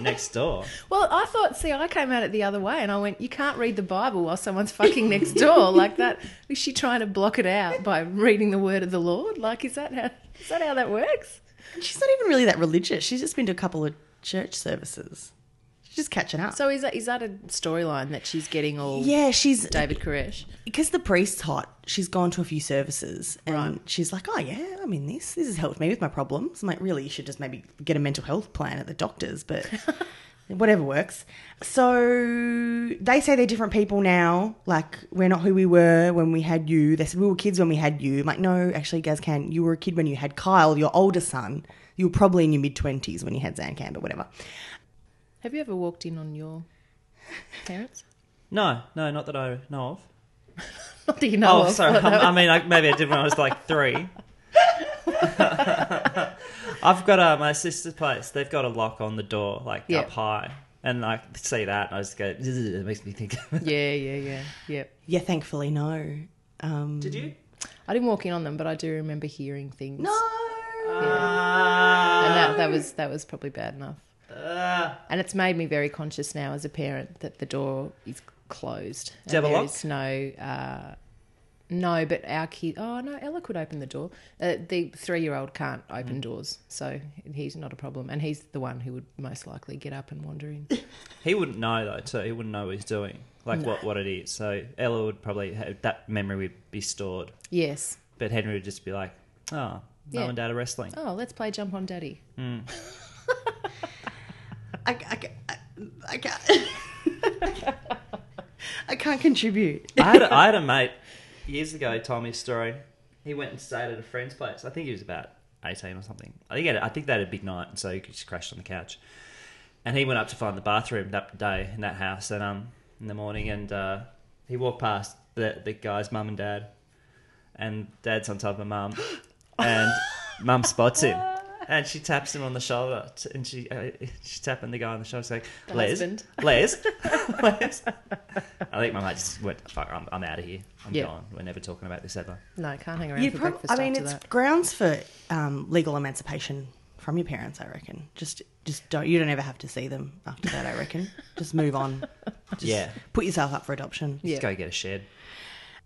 next door. Well, I thought, see, I came at it the other way and I went, you can't read the Bible while someone's fucking next door like that. Is she trying to block it out by reading the word of the Lord? Like, is that how, is that, how that works? And She's not even really that religious. She's just been to a couple of church services. She's just catching up. So is that, is that a storyline that she's getting all yeah, she's David Koresh? because the priest's hot. She's gone to a few services, and she's like, "Oh yeah, I mean this. This has helped me with my problems." I'm like, "Really? You should just maybe get a mental health plan at the doctor's." But whatever works. So they say they're different people now. Like we're not who we were when we had you. They said we were kids when we had you. I'm like no, actually, Gazcan, you were a kid when you had Kyle, your older son. You were probably in your mid twenties when you had Zancan, but whatever. Have you ever walked in on your parents? [LAUGHS] No, no, not that I know of. Not Oh, that you Oh, know of. sorry. [LAUGHS] I, I mean, I, maybe I did when I was like [LAUGHS] three. I've got uh, my sister's place. They've got a lock on the door, like Yeah. up high, and I see that, and I just go. [LAUGHS] It makes me think. Yeah, yeah, yeah, yeah. Yeah, thankfully no. Um, Did you? I didn't walk in on them, but I do remember hearing things. no. Uh, and that, that was that was probably bad enough. and it's made me very conscious now as a parent that the door is closed. Do you have and a there lock? is no, uh, no, but our kid. Oh no, Ella could open the door. Uh, the three-year-old can't open doors, so he's not a problem, and he's the one who would most likely get up and wander in. He wouldn't know though. Too. He wouldn't know what he's doing, like what what it is. So Ella would probably have, that memory would be stored, yes. but Henry would just be like, "Oh, no Yeah. and dad are wrestling." Oh, let's play jump on daddy. I, I, I, I can't. [LAUGHS] I can't contribute. I [LAUGHS] had, I had a mate years ago told me a story. He went and stayed at a friend's place. I think he was about eighteen or something. I think he had, I think they had a big night, and so he just crashed on the couch. And he went up to find the bathroom that day in that house, and um, in the morning, and uh, he walked past the the guy's mum and dad, and dad's on top of [GASPS] mum, and mum spots [LAUGHS] him. And she taps him on the shoulder, t- and she uh, she's tapping the guy on the shoulder, saying, The "Les, husband. [LAUGHS] Les, [LAUGHS] Les." I think my mate just went, "Fuck, I'm, I'm out of here. I'm Yeah. gone. We're never talking about this ever." No, can't hang around You for prob- breakfast I mean, after it's that. grounds for um, legal emancipation from your parents. I reckon. Just, just don't. You don't ever have to see them after that. I reckon. just move on. Just Yeah. Put yourself up for adoption. Just go get a shed.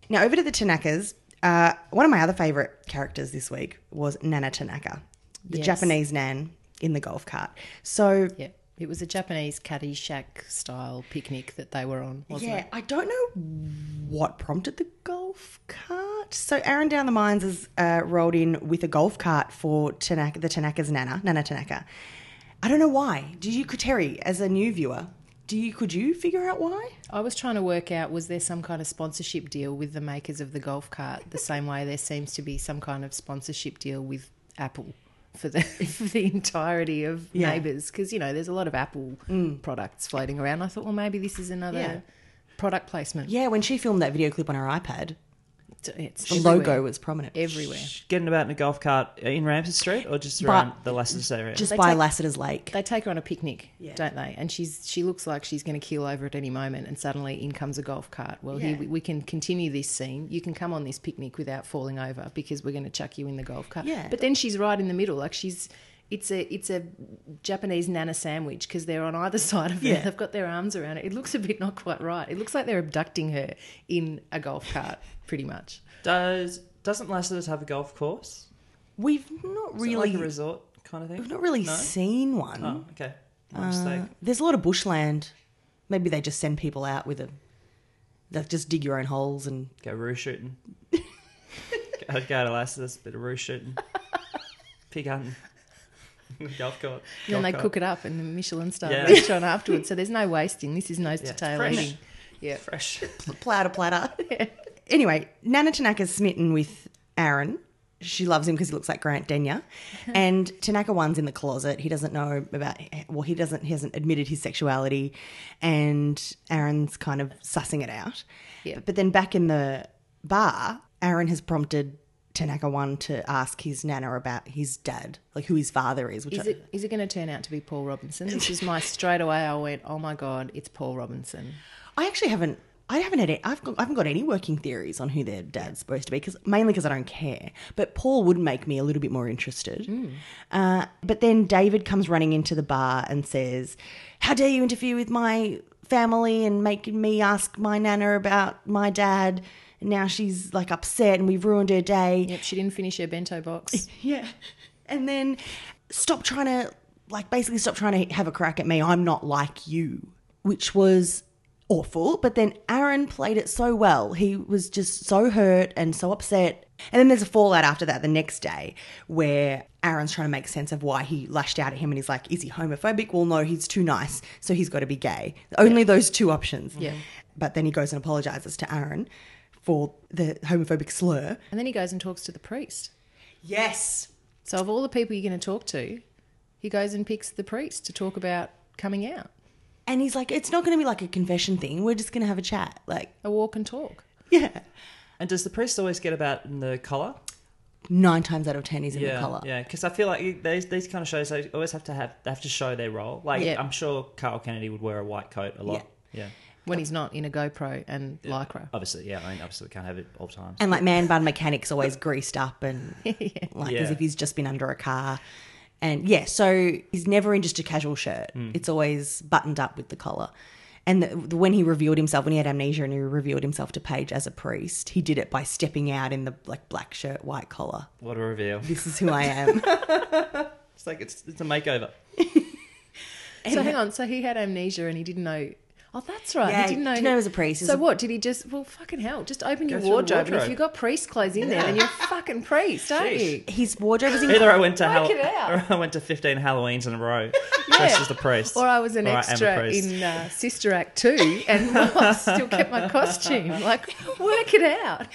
Now over to the Tanakas. Uh, one of my other favourite characters this week was Nana Tanaka, the Yes. Japanese nan in the golf cart. So Yeah. It was a Japanese caddy shack style picnic that they were on, wasn't yeah, it? I don't know what prompted the golf cart. So Aaron down the mines has uh, rolled in with a golf cart for Tanaka, the Tanaka's Nana, Nana Tanaka. I don't know why. Do you, could Terry, as a new viewer, do you could you figure out why? I was trying to work out was there some kind of sponsorship deal with the makers of the golf cart, the same way there seems to be some kind of sponsorship deal with Apple for the [LAUGHS] for the entirety of Yeah. Mm. neighbors because you know there's a lot of Apple products floating around. I thought, well, maybe this is another Yeah. product placement. Yeah, when she filmed that video clip on her iPad, It's the everywhere. logo was prominent. everywhere. Getting about in a golf cart in Ramsey Street, or just around the Lassiter's area. Just They by take- Lassiter's Lake. They take her on a picnic, don't they? And she's she looks like she's going to keel over at any moment, and suddenly in comes a golf cart. Well, here we, we can continue this scene. You can come on this picnic without falling over because we're going to chuck you in the golf cart. Yeah. But then she's right in the middle, like she's. It's a it's a Japanese nana sandwich because they're on either [LAUGHS] side of Yeah. it. They've got their arms around it. It looks a bit not quite right. It looks like they're abducting her in a golf cart, pretty [LAUGHS] much. Does doesn't Lassiter's have a golf course? We've not Is it really, like a resort kind of thing. we've not really No? seen one. Oh, okay. My mistake. Uh. There's a lot of bushland. Maybe they just send people out with a. They just dig your own holes and Go roo [LAUGHS] shooting. go, go to Lassiter's, bit of roo shooting. Pig hunting. [LAUGHS] golf cart. And then golf they cart. cook it up in the Michelin star Yeah. restaurant afterwards. So there's no wasting. This is nose to Yeah. tail Fresh. eating. Yeah. fresh. platter platter. [LAUGHS] Anyway, Nana Tanaka's smitten with Aaron. She loves him because he looks like Grant [LAUGHS] Denyer. And Tanaka one's in the closet. He doesn't know about well, he doesn't he hasn't admitted his sexuality and Aaron's kind of sussing it out. Yeah. But then back in the bar, Aaron has prompted Tanaka one to ask his nana about his dad, like who his father is, which Is I, it is it going to turn out to be Paul Robinson? Which is my straight away. I went, oh my god, it's Paul Robinson. I actually haven't. I haven't had. Any, I've got, I haven't got any working theories on who their dad's supposed to be because mainly because I don't care. But Paul would make me a little bit more interested. Uh, but then David comes running into the bar and says, "How dare you interfere with my family and make me ask my nana about my dad?" And now she's like upset and we've ruined her day. Yep, she didn't finish her [LAUGHS] bento box. Yeah. And then stop trying to, like, basically stop trying to have a crack at me. I'm not like you, which was awful. But then Aaron played it so well. He was just so hurt and so upset. And then there's a fallout after that the next day where Aaron's trying to make sense of why he lashed out at him and he's like, is he homophobic? Well, no, he's too nice, so he's got to be gay. Only those two options. Yeah. But then he goes and apologizes to Aaron for the homophobic slur. And then he goes and talks to the priest. Yes. So of all the people you're going to talk to, he goes and picks the priest to talk about coming out, And he's like, it's not going to be like a confession thing. We're just going to have a chat. Like, a walk and talk. yeah. And does the priest always get about in the collar? Nine times out of ten, he's in Yeah, the collar. yeah. Because I feel like these these kind of shows they always have to have they have to show their role. Like Yeah. I'm sure Carl Kennedy would wear a white coat a lot. Yeah, When he's not in a GoPro and [LAUGHS] lycra. obviously. Yeah, I mean, obviously we can't have it all the time. And like man bun mechanics always greased up and like as Yeah. if he's just been under a car. And yeah, so he's never in just a casual shirt. Hmm. It's always buttoned up with the collar. And the, the- when he revealed himself, when he had amnesia and he revealed himself to Paige as a priest, he did it by stepping out in the like black shirt, white collar. What a reveal! This is who I am. It's like it's it's a [LAUGHS] makeover. So hang on. So he had amnesia and he didn't know. Oh, that's right. Yeah, he didn't know. didn't know he was a priest. He So was a- what did he just? Well, fucking hell! Just open your through the wardrobe. And if wardrobe. you've got priest clothes in there, [LAUGHS] then you're a fucking priest, aren't you? Sheesh. His wardrobe is in Either I went to Hal- it out. or [LAUGHS] I went to 15 Halloweens in a [LAUGHS] row. Just as the priest, Or I was an Or I am a extra priest. in uh, Sister Act two, and [LAUGHS] I still kept my costume. Like, work it out.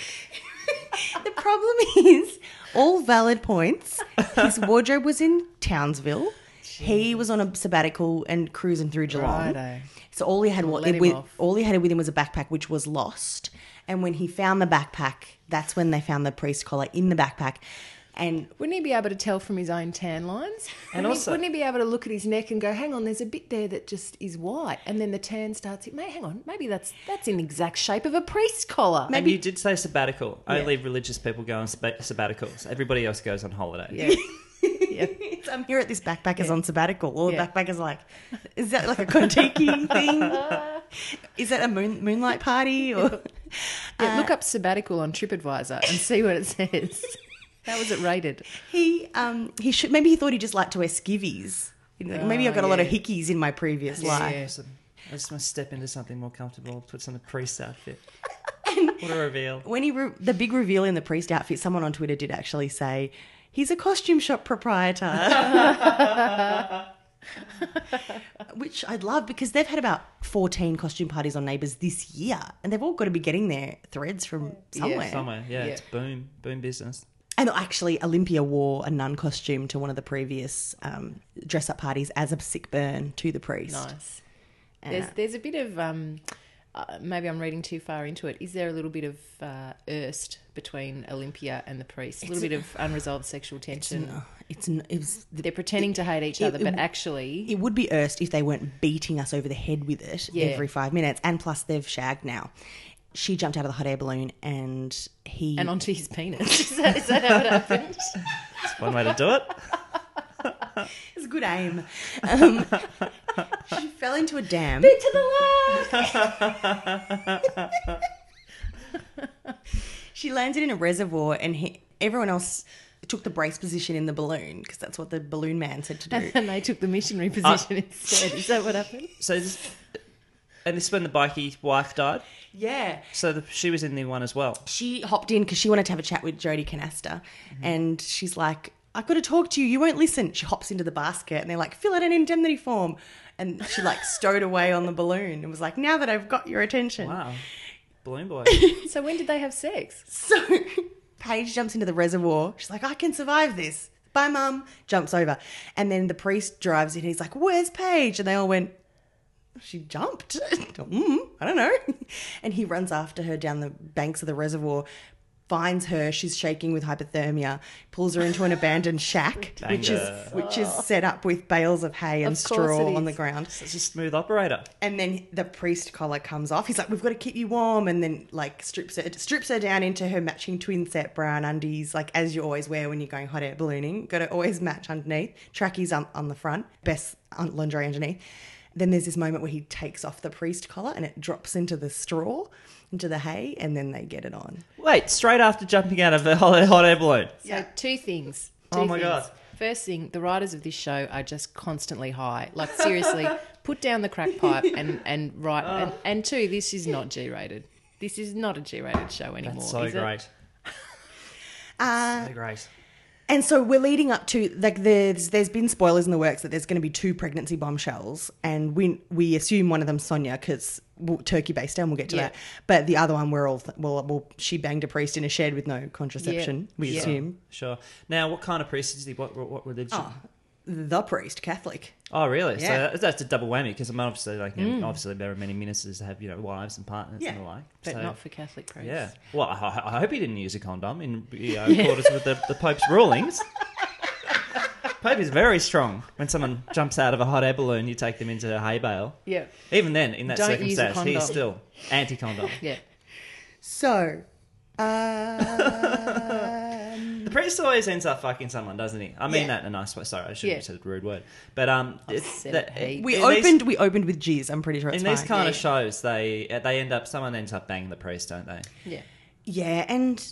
The problem is, all valid points. [LAUGHS] His wardrobe was in Townsville. He was on a sabbatical and cruising through Geelong. Righto. So all he had wa- Let him with, off. all he had with him was a backpack, which was lost. And when he found the backpack, that's when they found the priest collar in the backpack. And Wouldn't he be able to tell from his own tan lines? And Wouldn't he- also- wouldn't he be able to look at his neck and go, "Hang on, there's a bit there that just is white," and then the tan starts. It may hang on, maybe that's that's in the exact shape of a priest collar. And you did say sabbatical. Only religious people go on sab- sabbaticals. Everybody else goes on holiday. Yeah. it's, I'm here at this backpack is on sabbatical. Or Yeah. the backpack is like, is that like a [LAUGHS] Kontiki thing? Is that a moon, moonlight party? Or Yeah, look up sabbatical on TripAdvisor and see what it [LAUGHS] says. How was it rated? He um he should maybe he thought he just liked to wear skivvies. You know, maybe I got a lot of Oh, yeah. hickeys in my previous life. Yeah. So I just want to step into something more comfortable. Put some priest [LAUGHS] outfit. what a reveal! When he re- the big reveal in the priest outfit, someone on Twitter did actually say he's a costume shop [LAUGHS] proprietor. Which I'd love because they've had about 14 costume parties on Neighbours this year and they've all got to be getting their threads from somewhere. Somewhere, yeah, Yeah. it's boom, boom business. And actually, Olympia wore a nun costume to one of the previous um, dress up parties as a sick burn to the priest. Nice. There's there's a bit of um, uh, maybe I'm reading too far into it. Is there a little bit of uh, erst between Olympia and the priest? A little bit of unresolved sexual tension. It's, n- it was They're pretending to hate each it- other, it- but actually, it would be erst if they weren't beating us over the head with it Yeah. every five minutes. And plus, they've shagged now. She jumped out of the hot air balloon, and he and onto his penis. is, that, is that how it happened? It's one way to [LAUGHS] do it. it's [LAUGHS] good aim. Um, [LAUGHS] she fell into a dam. to the left. She landed in a reservoir, and he, everyone else took the brace position in the balloon because that's what the balloon man said to do. [LAUGHS] And they took the Uh, missionary position instead. Is that [LAUGHS] what happened? So, this, and this is when the bikie wife died. yeah. So the, she was in the one as well. she hopped in because she wanted to have a chat with Jodie Canasta, and she's like, "I've got to talk to you. You won't listen." She hops into the basket, and they're like, "Fill out an indemnity form," and she like [LAUGHS] stowed away on the balloon and was like, "Now that I've got your attention." Wow, balloon [LAUGHS] boy. So when did they have sex? So Paige jumps into the reservoir. She's like, "I can survive this." Bye, mum. Jumps over, and then the priest drives in. He's like, "Where's Paige?" And they all went. She jumped. [LAUGHS] mm, I don't know. [LAUGHS] And he runs after her down the banks of the reservoir, finds her. She's shaking with hypothermia, pulls her into an abandoned shack, which is Banger. which is set up with bales of hay and Of course straw it on the is. ground. It's a smooth operator. And then the priest collar comes off. He's like, "We've got to keep you warm," and then like strips her strips her down into her matching twin set brown undies, like as you always wear when you're going hot air ballooning. Got to always match underneath. Trackies on on the front, best un- lingerie underneath. Then there's this moment where he takes off the priest collar and it drops into the straw, into the hay, and then they get it on. Wait, straight after jumping out of the hot hot air balloon. So two things. Two Oh my things. God. First thing, the writers of this show are just constantly high. Like [LAUGHS] seriously, put down the crack pipe and and write. Oh. And, and two, this is not G rated. This is not a G rated show anymore. [LAUGHS] That's so is it? great. so great. And so we're leading up to like there's there's been spoilers in the works that there's going to be two pregnancy bombshells, and we we assume one of them's Sonia because Turkey based down. We'll get to Yeah. that, but the other one we're all th- well, well she banged a priest in a shed with no contraception. We Yeah. assume Sure. Now, what kind of priest is he? What, what, what religion? Oh, Ah, the priest Catholic. really? So Yeah. that- that's a double whammy because I'm obviously like, you know, obviously there are many ministers that have you know wives and partners Yeah, and the like. but so, not for Catholic priests. yeah. Well, I, ho- I hope he didn't use a condom in you know, accordance with the, the Pope's rulings. Pope is very strong. When someone jumps out of a hot air balloon, you take them into a hay bale. Yeah. Even then, in that Don't use a circumstance, he's condom. still anti-condom. Yeah. So The priest always ends up fucking someone, doesn't he? I mean Yeah. that in a nice way. Sorry, I shouldn't Yeah. have said a rude word. But um, it's said that, it. we in these- opened we opened with G's. I'm pretty sure it's in these fine. kind Yeah, of shows, they they end up someone ends up banging the priest, don't they? Yeah. Yeah, and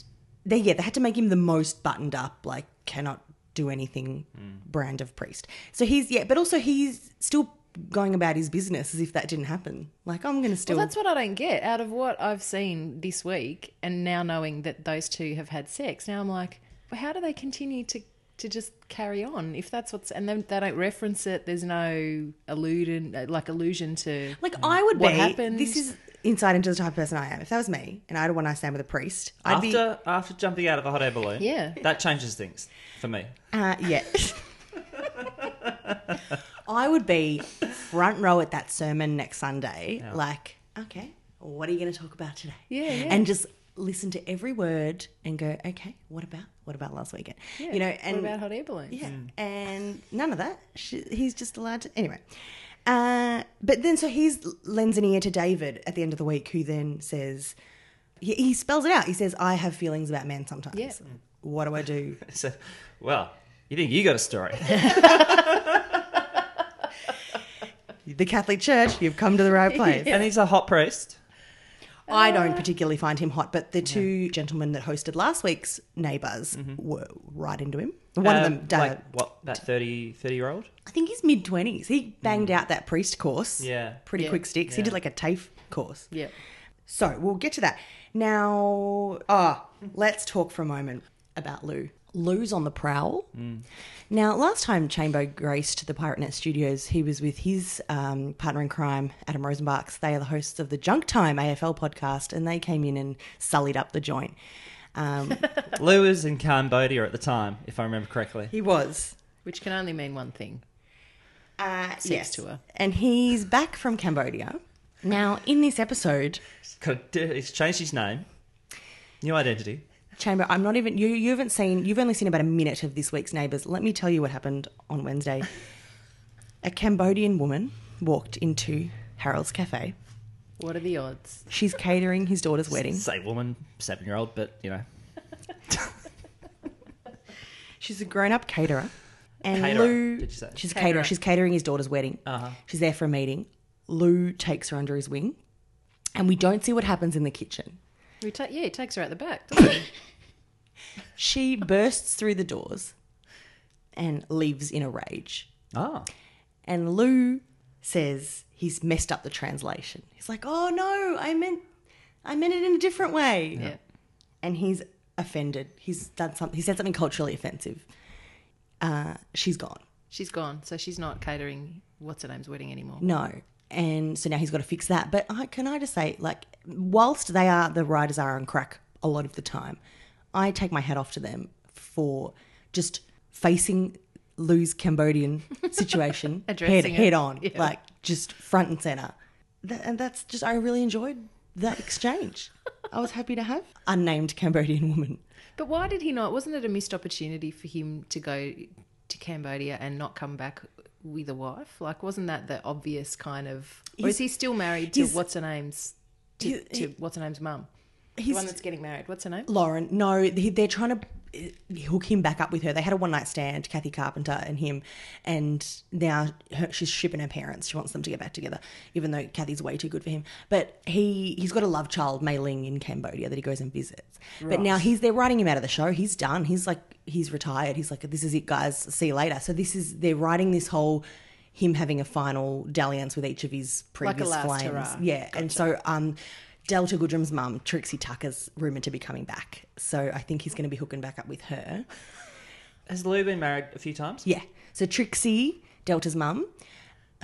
they yeah they had to make him the most buttoned up, like cannot do anything brand of priest. So he's yeah, but also he's still going about his business as if that didn't happen. Like I'm gonna still Well, that's what I don't get out of what I've seen this week, and now knowing that those two have had sex, now I'm like, well, how do they continue to to just carry on if that's what's and then they don't reference it? There's no alluding like allusion to like I would What be. happened? This is insight into the type of person I am. If that was me and I had a one night stand with a priest, I'd be After after jumping out of a hot air balloon, Yeah. that changes things for me. Uh, yeah. I would be front row at that sermon next Sunday, like, okay, what are you going to talk about today? Yeah, yeah. And just listen to every word and go, okay, what about? What about last weekend? yeah, you know, what and about hot air balloons. yeah, and none of that. She, he's just allowed to. Anyway. Uh, but then, so he's lends an ear to David at the end of the week, who then says, he, he spells it out. He says, I have feelings about men sometimes. Yeah. What do I do? So, well, you think you got [LAUGHS] a story? the Catholic Church, you've come to the [LAUGHS] right place. And he's a hot priest. I don't particularly find him hot, but the two gentlemen that hosted last week's neighbours were right into him. One of Um, them, Dad, like what, about 30, 30 year old? I think he's mid 20s. He banged out that priest course. Yeah. Pretty Yeah. quick sticks. He Yeah. did like a TAFE course. yeah. So we'll get to that. Now, ah, let's talk for a moment about Lou. Lou's on the prowl. Now, last time Chamber graced the PirateNet studios, he was with his um, partner in crime, Adam Rosenbachs. They are the hosts of the Junk Time AFL podcast, and they came in and sullied up the joint. Um, [LAUGHS] Lou was in Cambodia at the time, if I remember correctly. He was. Which can only mean one thing. Uh, yes. tour. And he's back from Cambodia. Now, in this episode, Could- He's changed his name, new identity. Chamber, I'm not even you. You haven't seen. You've only seen about a minute of this week's Neighbours. Let me tell you what happened on Wednesday. a Cambodian woman walked into Harold's cafe. What are the odds? She's catering his daughter's wedding. Say woman, seven year old, but you know, She's a grown-up caterer, and Caterer, Lou. did you say? Uh-huh. She's a caterer. She's catering his daughter's wedding. She's there for a meeting. Lou takes her under his wing, and we don't see what happens in the kitchen. We ta- yeah, he takes her out the back, doesn't he? She bursts through the doors, and leaves in a rage. ah, And Lou says he's messed up the translation. He's like, "Oh no, I meant I meant it in a different way." yeah. And he's offended. He's done something. He said something culturally offensive. Uh, she's gone. She's gone, so she's not catering what's her name's wedding anymore. No. And so now he's got to fix that. But I, can I just say, like, whilst they are the writers are on crack a lot of the time, I take my hat off to them for just facing Lou's [LAUGHS] Cambodian situation head, Addressing it. head on, Yeah. like just front and center. That, and that's just I really enjoyed that [LAUGHS] exchange. I was happy to have unnamed Cambodian woman. But why did he not? Wasn't it a missed opportunity for him to go to Cambodia and not come back with a wife? Like, wasn't that the obvious kind of? Or is he still married to he's- what's her name's to, He- to what's her name's mum? The He's one that's getting married. What's her name? Lauren, no, he- they're trying to uh, hook him back up with her. They had a one night stand, Kathy Carpenter and him, and now her, she's shipping her parents. She wants them to get back together, even though Kathy's way too good for him. But he he's got a love child, Mei Ling, in Cambodia that he goes and visits. But now he's they're writing him out of the show. He's done. He's like he's retired. He's like this is it, guys. See you later. So this is they're writing this whole him having a final dalliance with each of his a previous last flames. hurrah. Yeah, and so um, Delta Goodrum's mum, Trixie Tucker's rumoured to be coming back. So I think he's going to be hooking back up with her. Has Lou been married a few times? Yeah. So Trixie, Delta's mum,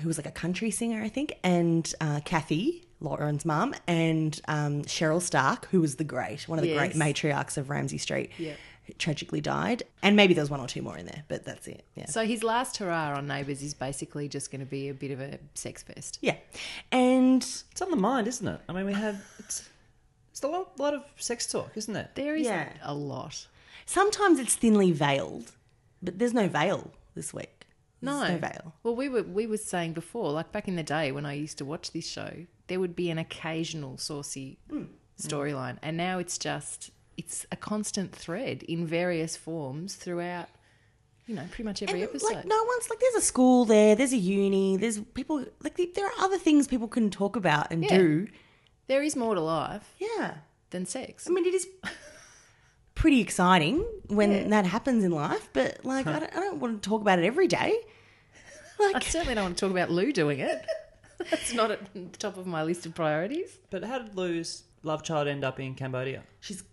who was like a country singer, I think, and uh, Kathy, Lauren's mum, and um, Cheryl Stark, who was the great, one of the great Yes. matriarchs of Ramsey Street, Yeah. who tragically died. And maybe there was one or two more in there, but that's it. Yeah. So his last hurrah on Neighbours is basically just going to be a bit of a sex fest. yeah. And It's on the mind, isn't it? I mean, we have it's it's a lot, lot of sex talk, isn't it? There is Yeah. a lot. sometimes it's thinly veiled, but there's no veil this week. There's No. no veil. Well, we were we were saying before, like back in the day when I used to watch this show, there would be an occasional saucy Hmm. storyline, and now it's just it's a constant thread in various forms throughout, you know, pretty much every And, episode. Like no one's like there's a school there, there's a uni, there's people like th- there are other things people can talk about and Yeah. do. There is more to life Yeah. than sex. I mean it is [LAUGHS] pretty exciting when that happens in life, but like I, don't, I don't want to talk about it every day. [LAUGHS] I Like certainly don't want to talk about Lou doing it. [LAUGHS] That's not at the top of my list of priorities. But how did Lou's love child end up in Cambodia? she's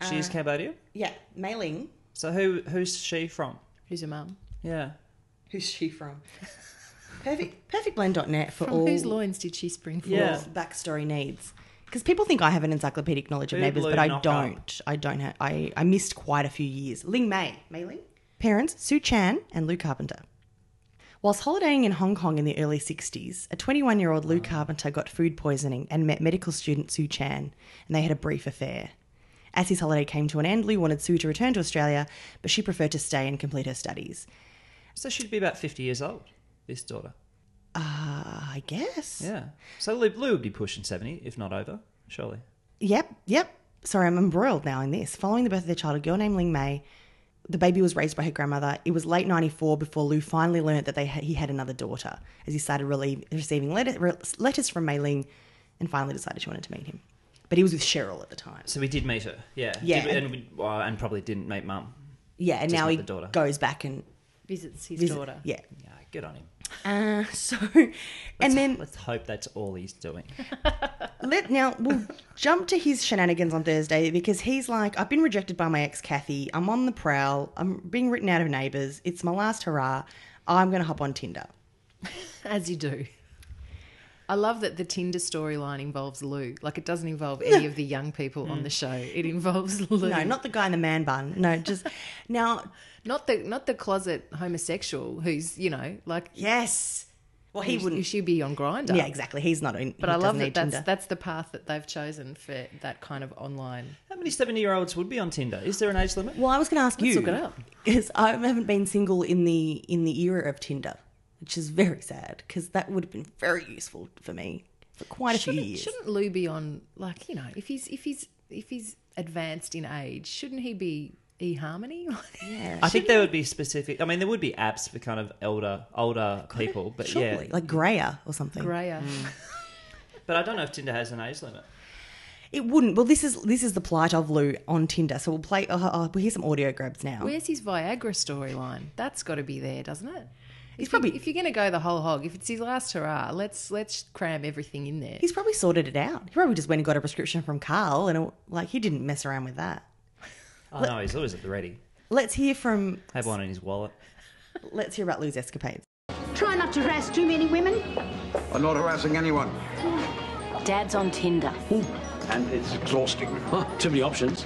Uh, She's Cambodia. yeah, mailing. So who who's she from? Who's her mum? Yeah. Who's she from? Perfect perfectblend.net for From all whose loins did she spring forth? Yeah. backstory needs. Because people think I have an encyclopedic knowledge of Who neighbours, blew but I knock up? don't. I don't. Have, I I missed quite a few years. Ling Mei, Mei Ling. Parents Sue Chan and Lou Carpenter. Whilst holidaying in Hong Kong in the early 60s, a 21 year old Lou Carpenter got food poisoning and met medical student Sue Chan, and they had a brief affair. As his holiday came to an end, Lou wanted Sue to return to Australia, but she preferred to stay and complete her studies. So she'd be about fifty years old. This daughter. I guess. Yeah. So Lou, Lou would be pushing seventy, if not over, surely. Yep, yep. Sorry, I'm embroiled now in this. Following the birth of their child, a girl named Ling Mei, the baby was raised by her grandmother. It was late 94 before Lou finally learnt that they had, he had another daughter as he started relie- receiving letter, re- letters from Mei Ling and finally decided she wanted to meet him. But he was with Cheryl at the time. So we did meet her. Yeah. Yeah. Did we- and we, well, and probably didn't meet mum. Yeah, and Just now not he the daughter. goes back and Visits his visit- daughter. Yeah. Yeah. Good on him. [LAUGHS] Uh, so, and then Let's hope that's all he's doing. Let now we'll [LAUGHS] jump to his shenanigans on Thursday because he's like, I've been rejected by my ex Kathy. I'm on the prowl. I'm being written out of neighbours. It's my last hurrah. I'm gonna hop on Tinder. As you do. I love that the Tinder storyline involves Lou. Like it doesn't involve any of the young people on the show. It involves Lou. Mm. No, not the guy in the man bun. No, just [LAUGHS] now. not the not the closet homosexual who's you know like Yes. Well, he he wouldn't. she'd be on grinder. Yeah, exactly. He's not in. But I love that that's Tinder. that's the path that they've chosen for that kind of [LAUGHS] online. How many seventy-year-olds would be on Tinder? Is there an age limit? Well, I was going to ask you. look it up. Because I haven't been single in the in the era of Tinder, which is very sad. Because that would have been very useful for me for quite a few Shouldn't, years. shouldn't Lou be on like you know if he's if he's if he's advanced in age shouldn't he be eHarmony? [LAUGHS] Yeah. I think there would be specific. I mean, there would be apps for kind of elder, older people, but Surely, yeah. like Greyer or something. Grayer. Mm. But I don't know if Tinder has an age limit. It wouldn't. Well, this is this is the plight of Lou on Tinder. So we'll play. Uh, uh, we'll hear some audio grabs now. Where's his Viagra storyline? That's got to be there, doesn't it? he's If you- probably if you're going to go the whole hog, if it's his last hurrah, let's let's cram everything in there. he's probably sorted it out. He probably just went and got a prescription from Carl, and it, like he didn't mess around with that. Oh no, he's always at the ready. Let's hear from. Have one in his wallet. Let's hear about Lou's escapades. Try not to harass too many women. I'm not harassing anyone. Dad's on Tinder. And it's exhausting. too many options.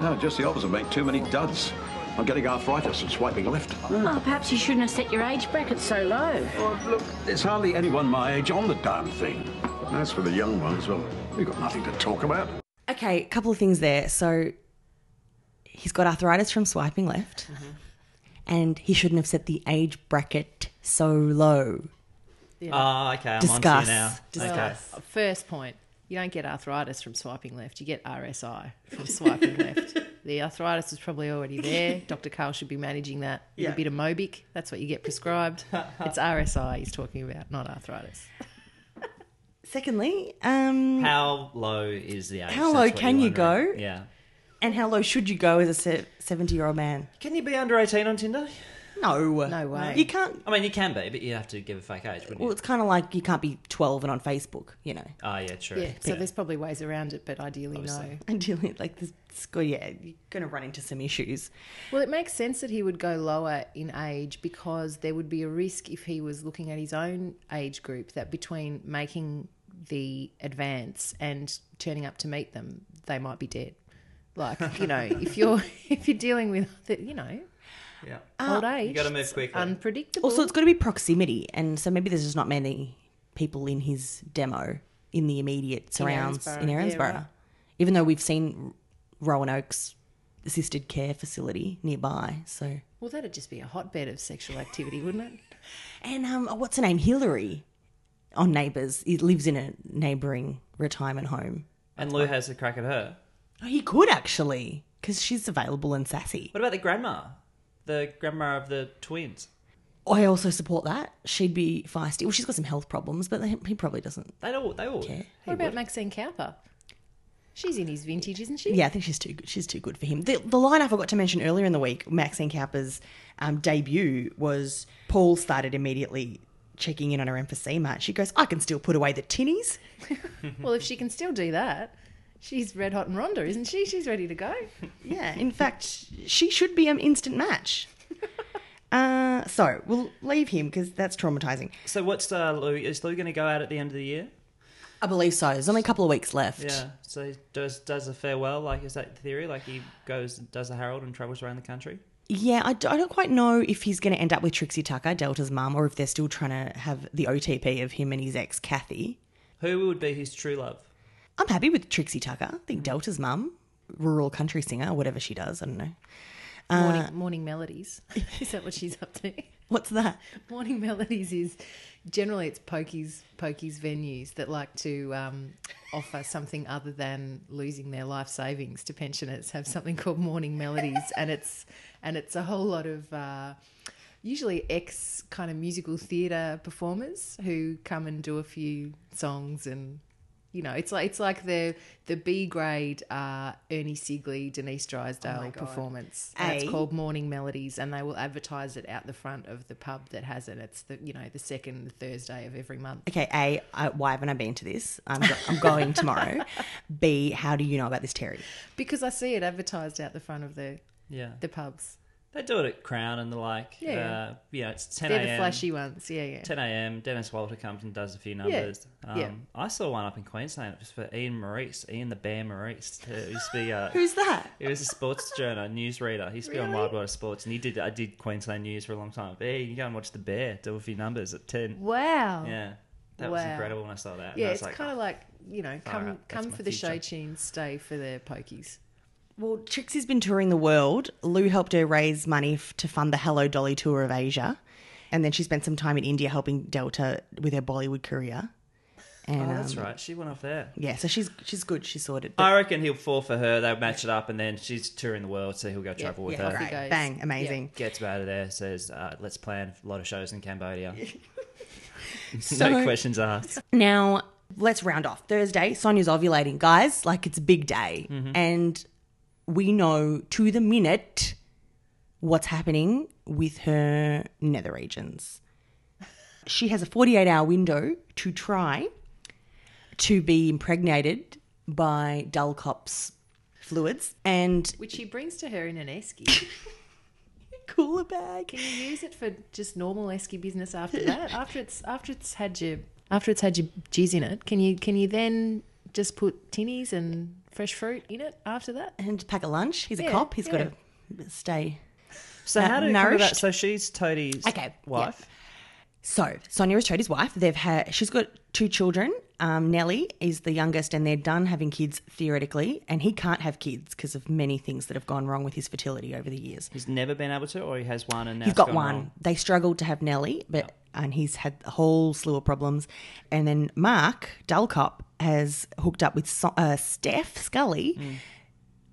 No, just the opposite, mate. Too many duds. I'm getting arthritis and swiping left. Oh, perhaps you shouldn't have set your age bracket so low. Oh, look, there's hardly anyone my age on the darn thing. That's for the young ones, well, we've got nothing to talk about. Okay, a couple of things there. So he's got arthritis from swiping left, and he shouldn't have set the age bracket so low. Ah, okay, I'm on Discuss. to you now. Okay. Discuss. First point. You don't get arthritis from swiping left. You get RSI [LAUGHS] from swiping left. The arthritis is probably already there. Dr. Carl should be managing that with Yeah. a bit of Mobic. That's what you [LAUGHS] get prescribed. it's RSI he's talking about, not arthritis. Secondly, um, How low is the age? How That's low what can you're you go? wondering. Yeah. and how low should you go as a seventy-year-old man? Can you be under eighteen on Tinder? No. No way. You can't. I mean, you can be, but you have to give a fake age, wouldn't Well, you? it's kind of like you can't be 12 and on Facebook, you know. Ah, yeah, true. Yeah, so there's probably ways around it, but ideally no. Obviously. Until it, like this school, yeah, you're going to run into some issues. Well, it makes sense that he would go lower in age because there would be a risk if he was looking at his own age group that between making the advance and turning up to meet them, they might be dead. Like [LAUGHS] you know, if you're if you're dealing with the, you know yeah. old age, You got to it's move quickly. unpredictable. Also, it's got to be proximity, and so maybe there's just not many people in his demo in the immediate surrounds in Erinsborough, Erinsborough. yeah, right. Even though we've seen Roanoke's assisted care facility nearby, so well, that'd just be a hotbed of sexual activity, wouldn't it? and um, what's her name? Hillary on Neighbours. He lives in a neighbouring retirement home. and Lou has a crack at her. Oh, he could actually, because she's available and sassy. What about the grandma? The grandma of the twins. I also support that. She'd be feisty. Well, she's got some health problems, but he probably doesn't. They all. They all. Okay. he What about would. Maxine Cowper? She's in his vintage, isn't she? Yeah, I think she's too good. She's too good for him. The, the line I forgot to mention earlier in the week, Maxine Cowper's um, debut was Paul started immediately checking in on her emphysema. and She goes, "I can still put away the tinnies." Well, if she can still do that, she's red hot and Ronda, isn't she? She's ready to go. Yeah, in fact, she should be an instant match. Uh, so we'll leave him because that's traumatizing. So what's uh, Lou? Is Lou going to go out at the end of the year? I believe so. There's only a couple of weeks left. Yeah. So he does does a farewell? Like is that the theory? Like he goes does a Harold and travels around the country? Yeah, I, d- I don't quite know if he's going to end up with Trixie Tucker, Delta's mum, or if they're still trying to have the OTP of him and his ex, Kathy. Who would be his true love? I'm happy with Trixie Tucker. I think Delta's mum, rural country singer, whatever she does, I don't know. morning, morning melodies. Is that what she's up to? What's that? Morning melodies is generally it's pokies pokies venues that like to um, offer something other than losing their life savings to pensioners. Have something called morning melodies, and it's and it's a whole lot of. Uh, Usually, ex kind of musical theatre performers who come and do a few songs and you know, it's like it's like the the B grade uh, Ernie Sigley, Denise Oh Drysdale performance. And A. it's called Morning Melodies, and they will advertise it out the front of the pub that has it. It's the you know the second Thursday of every month. Okay, A, I, why haven't I been to this? I'm, go- I'm going tomorrow. [LAUGHS] B, how do you know about this, Terry? Because I see it advertised out the front of the Yeah. the pubs. They do it at Crown and the like. Yeah. Uh, yeah. It's ten They're a.m. the flashy ones. Yeah, yeah. 10 a.m. Dennis Walter comes and does a few numbers. Um, Yeah. I saw one up in Queensland. It was for Ian Maurice, Ian the Bear Maurice. It used to be, uh, Who's that? he was a sports journal, newsreader. He used to be on Wide World of Sports, and he did. I did Queensland news for a long time. But yeah, you can go and watch the Bear do a few numbers at 10. Wow. Yeah, that was Wow. incredible when I saw that. And Yeah, I was it's kind of "Oh, like you know, come out, that's come my for the show future." tunes, stay for the pokies. Well, Trixie's been touring the world. Lou helped her raise money f- to fund the Hello Dolly tour of Asia. And then she spent some time in India helping Delta with her Bollywood career. And, oh, that's um, right. She went off there. Yeah, so she's she's good. She's sorted. But I reckon he'll fall for her. They'll match it up, and then she's touring the world, so he'll go travel with yeah, her. great. great. goes. Bang, amazing. Gets out of there, says, uh, "Let's plan a lot of shows in [LAUGHS] Cambodia." [LAUGHS] So- no questions asked. Now, let's round off. Thursday, Sonia's ovulating, guys. Like it's a big day. And we know to the minute what's happening with her nether regions. She has a 48 hour window to try to be impregnated by Dull Cop's fluids and Which he brings to her in an esky. cooler bag. Can you use it for just normal esky business after that? After it's after it's had your after it's had your jizz in it, can you can you then just put tinnies and fresh fruit in it after that? And pack a lunch. He's a Yeah, cop. He's yeah. got to stay So Uh, how do you come to nourished? that? So she's Toadie's Okay, wife. So Sonia is Tradie's wife. They've had she's got two children. Um, Nellie is the youngest, and they're done having kids theoretically, and he can't have kids because of many things that have gone wrong with his fertility over the years. He's never been able to, or he has one and now He's it's got gone one. wrong. They struggled to have Nellie, but and he's had a whole slew of problems. And then Mark Dullcop has hooked up with so- uh, Steph Scully. Mm.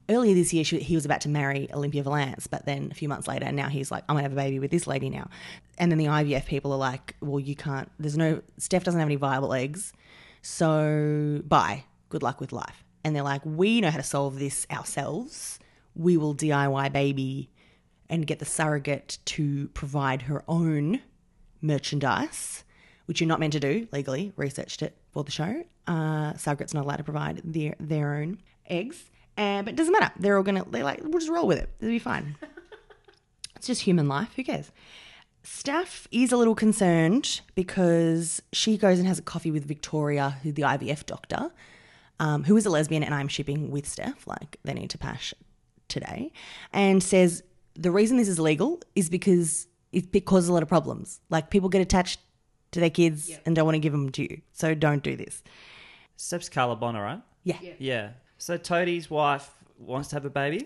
Earlier this year, she, he was about to marry Olympia Valance, but then a few months later, now he's like, I'm gonna have a baby with this lady now. And then the IVF people are like, Well, you can't. There's no Steph doesn't have any viable eggs, so bye. Good luck with life. And they're like, We know how to solve this ourselves. We will DIY baby and get the surrogate to provide her own merchandise, which you're not meant to do legally. Researched it for the show. Uh, surrogates not allowed to provide their their own eggs, and but it doesn't matter. They're all gonna they're like we'll just roll with it. It'll be fine. it's just human life. Who cares? Staff is a little concerned because she goes and has a coffee with Victoria, who the IVF doctor, um, who is a lesbian, and I'm shipping with Steph. Like they need to pash today, and says the reason this is legal is because it, it causes a lot of problems. Like people get attached to their kids and don't want to give them to you, so don't do this. Steph's Carla Bonner, right? Yeah, Yeah. So Toadie's wife wants to have a baby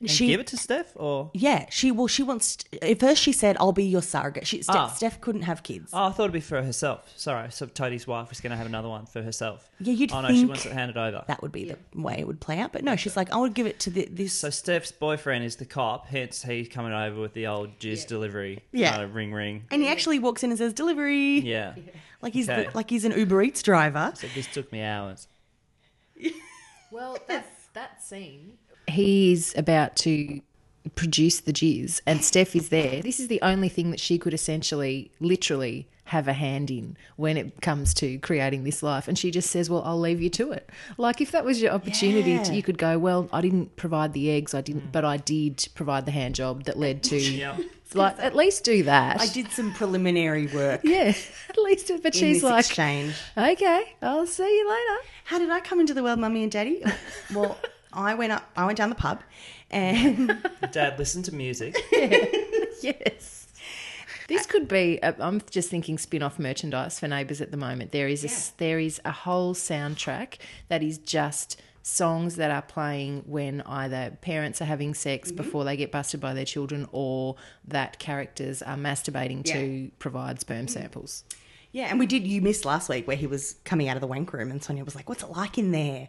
and She- give it to Steph, or yeah. She well, she wants. at first, she said, "I'll be your surrogate." She, Steph, Ah. Steph couldn't have kids. oh, I thought it'd be for herself. Sorry, so Toadie's wife was going to have another one for herself. Yeah, you'd Oh no, she think wants it handed over. That would be the way it would play out. But no, she's like, I would give it to the, this. So Steph's boyfriend is the cop, hence he's coming over with the old jizz delivery. Yeah. kind of ring ring. And he actually walks in and says delivery, Yeah. like he's Okay. the, like he's an Uber Eats driver. So this took me hours. [LAUGHS] [LAUGHS] Well, that's that scene. He's about to produce the jizz, and Steph is there. This is the only thing that she could essentially, literally, have a hand in when it comes to creating this life. And she just says, "Well, I'll leave you to it." Like if that was your opportunity, to, Yeah. you could go, "Well, I didn't provide the eggs, I didn't, but I did provide the hand job that led to." Like at least do that. I did some preliminary work. [LAUGHS] Yeah, at least. do- But in she's this like, exchange. "Okay, I'll see you later." How did I come into the world, mummy and daddy? [LAUGHS] Well, I went up, I went down the pub, and [LAUGHS] Dad, listen to music. Yes. This could be. i I'm just thinking spin-off merchandise for Neighbours at the moment. There is a s there is a whole soundtrack that is just songs that are playing when either parents are having sex before they get busted by their children, or that characters are masturbating to provide sperm samples. yeah, and we did. You missed last week where he was coming out of the wank room, and Sonia was like, "What's it like in there?"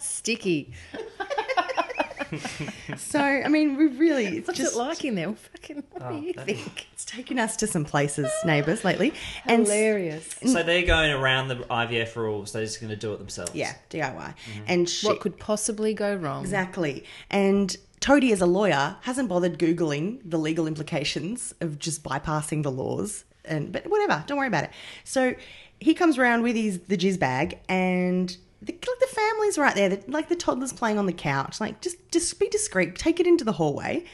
Sticky. So I mean, we really it's What's just it [LAUGHS] like in there? Fucking. What do you think? it's taken us to some places, neighbours lately, and s- Hilarious. so they're going around the IVF rules. They're just going to do it themselves. yeah, DIY, and she, What could possibly go wrong? Exactly. And Toadie, as a lawyer, hasn't bothered Googling the legal implications of just bypassing the laws. And but whatever, don't worry about it. So he comes around with his the jizz bag, and the, like the family's right there. The, like the toddler's playing on the couch. Like just just be discreet. Take it into the hallway,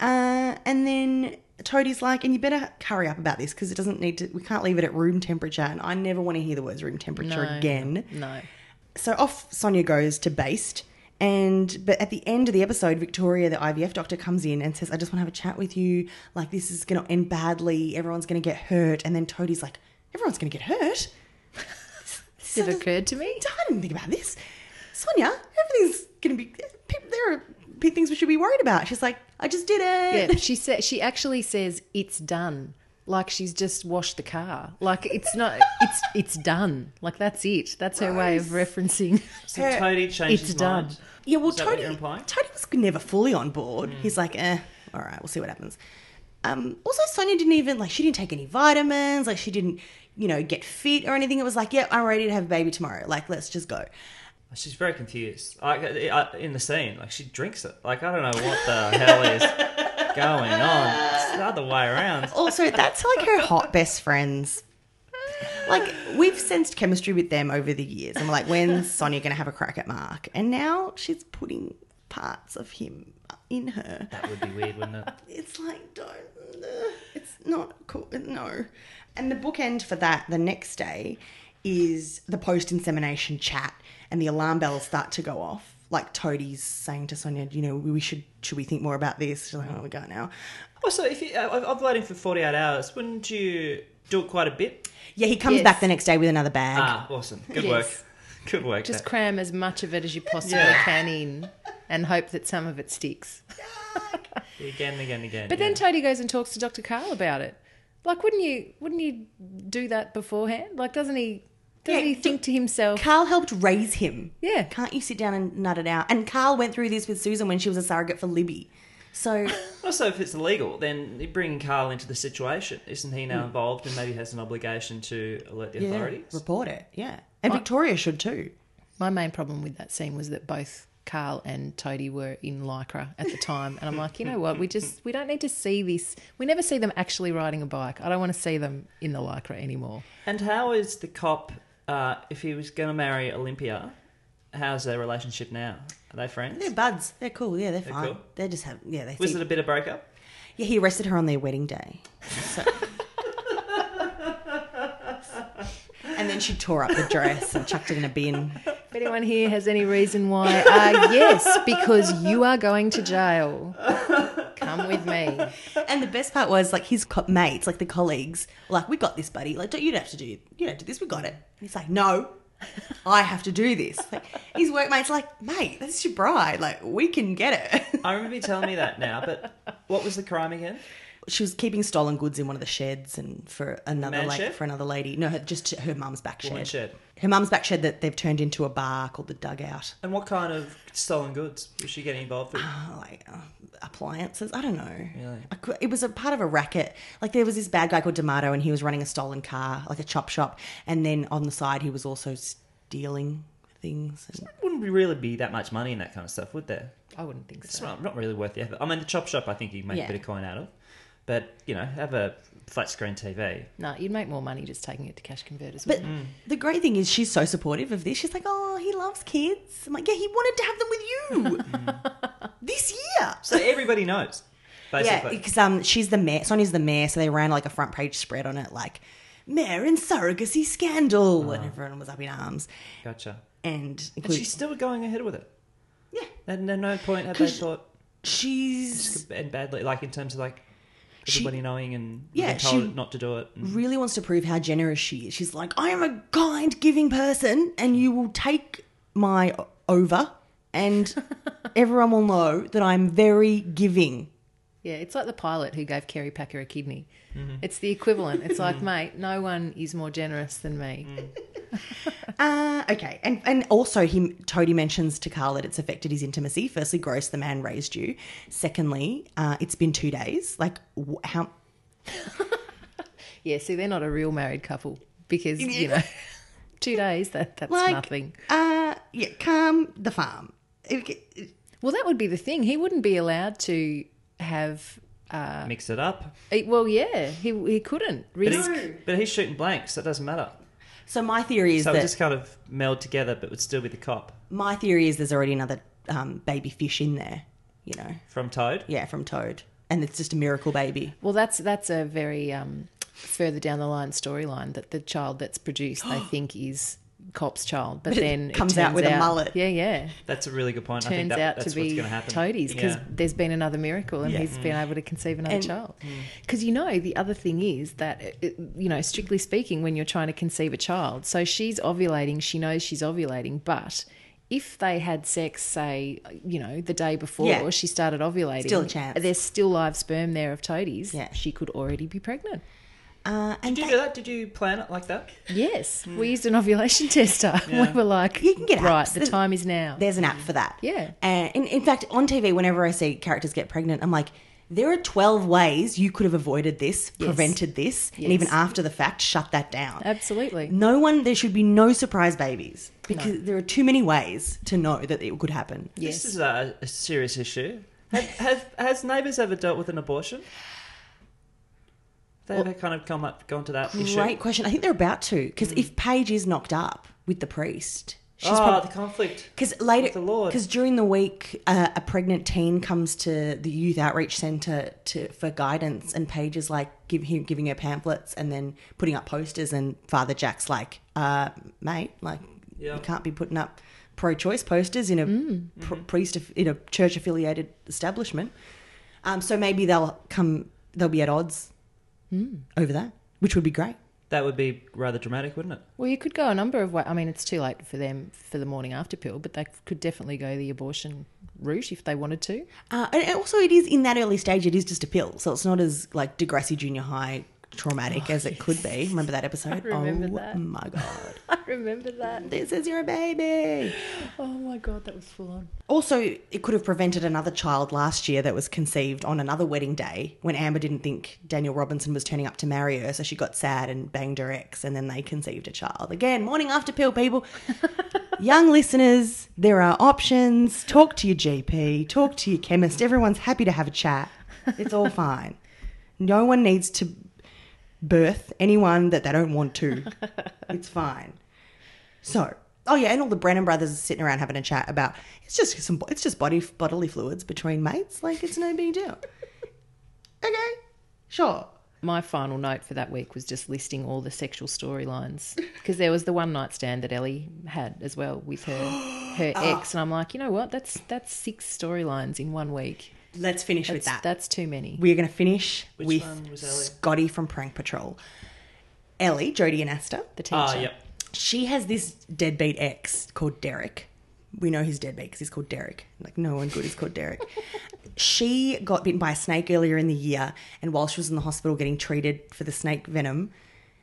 uh, and then Toadie's like, and you better hurry up about this because it doesn't need to. We can't leave it at room temperature, and I never want to hear the words room temperature again. No. So off Sonia goes to based. And but at the end of the episode, Victoria, the IVF doctor, comes in and says, "I just want to have a chat with you. Like this is going to end badly. Everyone's going to get hurt." And then Toadie's like, "Everyone's going to get [LAUGHS] hurt." It occurred to me. I didn't think about this, Sonia. Everything's going to be. People, there are pe- things we should be worried about. She's like, "I just did it." [LAUGHS] Yeah, she said she actually says it's done. Like she's just washed the car. Like it's not. It's it's done. Like that's it. That's her way of referencing. So Toadie changed It's his done. mind. Yeah, well, Is that what Tony, you're Tony implying? was never fully on board. Hmm. He's like, eh, all right, we'll see what happens. Um, also, Sonia didn't even, like, she didn't take any vitamins. Like, she didn't, you know, get fit or anything. It was like, yeah, I'm ready to have a baby tomorrow. Like, let's just go. She's very confused. Like I- I- in the scene, like she drinks it. Like I don't know what [LAUGHS] the hell is going on. It's the other way around. [LAUGHS] Also, that's like her hot best friends. Like, we've sensed chemistry with them over the years. And we're like, [LAUGHS] when's Sonia going to have a crack at Mark? And now she's putting parts of him in her. That would be weird, wouldn't it? it's like don't ugh, it's not cool no and the bookend for that the next day is the post insemination chat and the alarm bells start to go off like toadie's saying to sonia you know we should should we think more about this she's like oh we go now Also, if you, I- I've waiting for forty-eight hours, wouldn't you do it quite a bit? yeah he comes Yes. back the next day with another bag Ah, awesome. Good Yes. work. Good work. [LAUGHS] Just Just cram as much of it as you possibly Yeah. can in, and hope that some of it sticks. again, again, again. But yeah. then Toadie goes and talks to Dr. Carl about it. Like, wouldn't you? Wouldn't you do that beforehand? Like, doesn't he? Doesn't Yeah, he do- think to himself? Carl helped raise him. Yeah. Can't you sit down and nut it out? And Carl went through this with Susan when she was a surrogate for Libby. So Also, if it's illegal, then bringing Carl into the situation, isn't he now involved and maybe has an obligation to alert the authorities? report it. Yeah. And Victoria should too. My main problem with that scene was that both Carl and Toadie were in lycra at the time, and I'm like, you know what? We just we don't need to see this. We never see them actually riding a bike. I don't want to see them in the lycra anymore. And how is the cop, uh, if he was going to marry Olympia, how's their relationship now? Are they friends? They're buds. They're cool. Yeah, they're, fine. cool. They're just have. Yeah, they. Was think- it a bit of breakup? Yeah, he arrested her on their wedding day. So- and then she tore up the dress and chucked it in a bin. If anyone here has any reason why, uh, yes, because you are going to jail. Come with me. And the best part was like his co- mates, like the colleagues, were like we got this, buddy. Like don't, you don't have to do you don't have to do this. We got it. And he's like, no, I have to do this. Like his workmates, like mate, that's your bride. Like we can get it. [LAUGHS] I remember you telling me that now, but what was the crime again? she was keeping stolen goods in one of the sheds, and for another Man like shed? for another lady. No, her, just her mum's back shed. Woman shed. Her mum's back shed that they've turned into a bar called the Dugout. And what kind of stolen goods was she getting [SIGHS] involved with? like uh, appliances. I don't know. Really? I cou- it was a part of a racket. Like there was this bad guy called D'Amato, and he was running a stolen car, like a chop shop, and then on the side he was also stealing things. And Wouldn't really be that much money in that kind of stuff, would there? I wouldn't think It's so. not, not really worth the effort. I mean, the chop shop, I think you make Yeah. a bit of coin out of, but you know, have a flat [LAUGHS] screen TV. No, you'd make more money just taking it to cash converters. but wouldn't Mm. you? the great thing is she's so supportive of this. She's like, "Oh, he loves kids." I'm like, "Yeah, he wanted [LAUGHS] to have them with you this year." Mm. So everybody knows, Yeah, basically. because um, she's the mayor. Sonia's the mayor, so they ran like a front page spread on it, like "Mayor and surrogacy scandal," and everyone was up in arms. Gotcha. And, Oh. And including, she's still going ahead with it. yeah, And at no point have they 'Cause- thought she's and badly, like in terms of like She- everybody knowing and Yeah, being told she- not to do it. And really wants to prove how generous she is. She's like, I am a kind, giving person, and you will take my o- over, and everyone will know that I'm very giving. Yeah, it's like the pilot who gave Kerry Packer a kidney. It's the equivalent. It's like, mate, no one is more generous than me. Uh, okay, and and also he Toadie mentions to Carl that it's affected his intimacy. Firstly, gross, the man raised you. Secondly, uh, it's been two days. Like wh- how? Yeah, see, they're not a real married couple because, [LAUGHS] you know, two days, that, that's Like nothing. Uh, yeah, calm the farm. It- Well, that would be the thing. He wouldn't be allowed to have. mix it up. eh, Well, yeah, he, he couldn't. But, Risk. he's, but he's shooting blanks, so it doesn't matter. so my theory is So it that just kind of meld together, but would still be the cop my theory is there's already another um, baby fish in there. You know. from Toad. Yeah, from Toad. And it's just a miracle baby. Well, that's that's a very um, further down the line storyline that the child that's produced [GASPS] they think is Cop's child, but, then it comes out turns with a mullet. Yeah, yeah. That's a really good point. I think Turns that, out that's to what's be going to happen. Toadie's because Yeah. Mm. there's been another miracle and Yeah. he's been able to conceive another And- child. Because you know the other thing is that it- it- you know strictly speaking, when you're trying to conceive a child, so she's ovulating, she knows she's ovulating, but. If they had sex, say, you know, the day before Yeah. she started ovulating, Still a chance. There's still live sperm there of toadies. Yeah. She could already be pregnant. Uh, and Did you that- do that? Did you plan it like that? Yes, we used an ovulation [LAUGHS] tester. We were like, You can get right. apps. The There's- time is now. there's an app for that. Yeah. And in, in fact, on TV, whenever I see characters get pregnant, I'm like, there are 12 ways you could have avoided this, prevented this, and even after the fact, shut that down. Absolutely. No one, there should be no surprise babies because there are too many ways to know that it could happen. Yes. This is a, a serious issue. Have, have, has neighbours ever dealt with an abortion? They ever kind of come up, gone to that issue? Great question. I think they're about to because if Paige is knocked up with the priest, she's oh, probably. the conflict. Because later, With the Lord. because during the week, uh, a pregnant teen comes to the youth outreach centre to for guidance, and Paige is like give him giving her pamphlets and then putting up posters, and Father Jack's like, uh, "Mate, like Yeah. you can't be putting up pro-choice posters in a pr- priest aff- in a church-affiliated establishment." Um, so maybe they'll come, they'll be at odds over that, which would be great. That would be rather dramatic, wouldn't it? Well, you could go a number of ways. I mean, it's too late for them for the morning after pill, but they could definitely go the abortion route if they wanted to. Uh, and and also, it is in that early stage. It is just a pill, so it's not as like Degrassi Junior High traumatic as it could be. Remember that episode? Oh, remember oh that. my god, [LAUGHS] I remember that. this is your baby. Oh my god, that was full on. Also, it could have prevented another child last year that was conceived on another wedding day when Amber didn't think Daniel Robinson was turning up to marry her, so she got sad and banged her ex, and then they conceived a child again. Morning after pill, people. young listeners, there are options. Talk to your GP, talk to your chemist. Everyone's happy to have a chat. It's all fine. No one needs to birth anyone that they don't want to. It's fine. So, oh yeah, and all the Brennan brothers are sitting around having a chat about it's just some it's just body bodily fluids between mates. Like it's no big deal. [LAUGHS] okay, sure. My final note for that week was just listing all the sexual storylines because there was the one night stand that Ellie had as well with [GASPS] her her ex, and I'm like, you know what? That's that's six storylines in one week. Let's finish with That's, that. that's too many. We're going to finish one with was Ellie? Scotty from Prank Patrol. Ellie, Jodie, and Asta. The teacher. Ah, yep. She has this deadbeat ex called Derek. We know he's deadbeat because he's called Derek. Like, no one good is called Derek. she got bitten by a snake earlier in the year, and while she was in the hospital getting treated for the snake venom,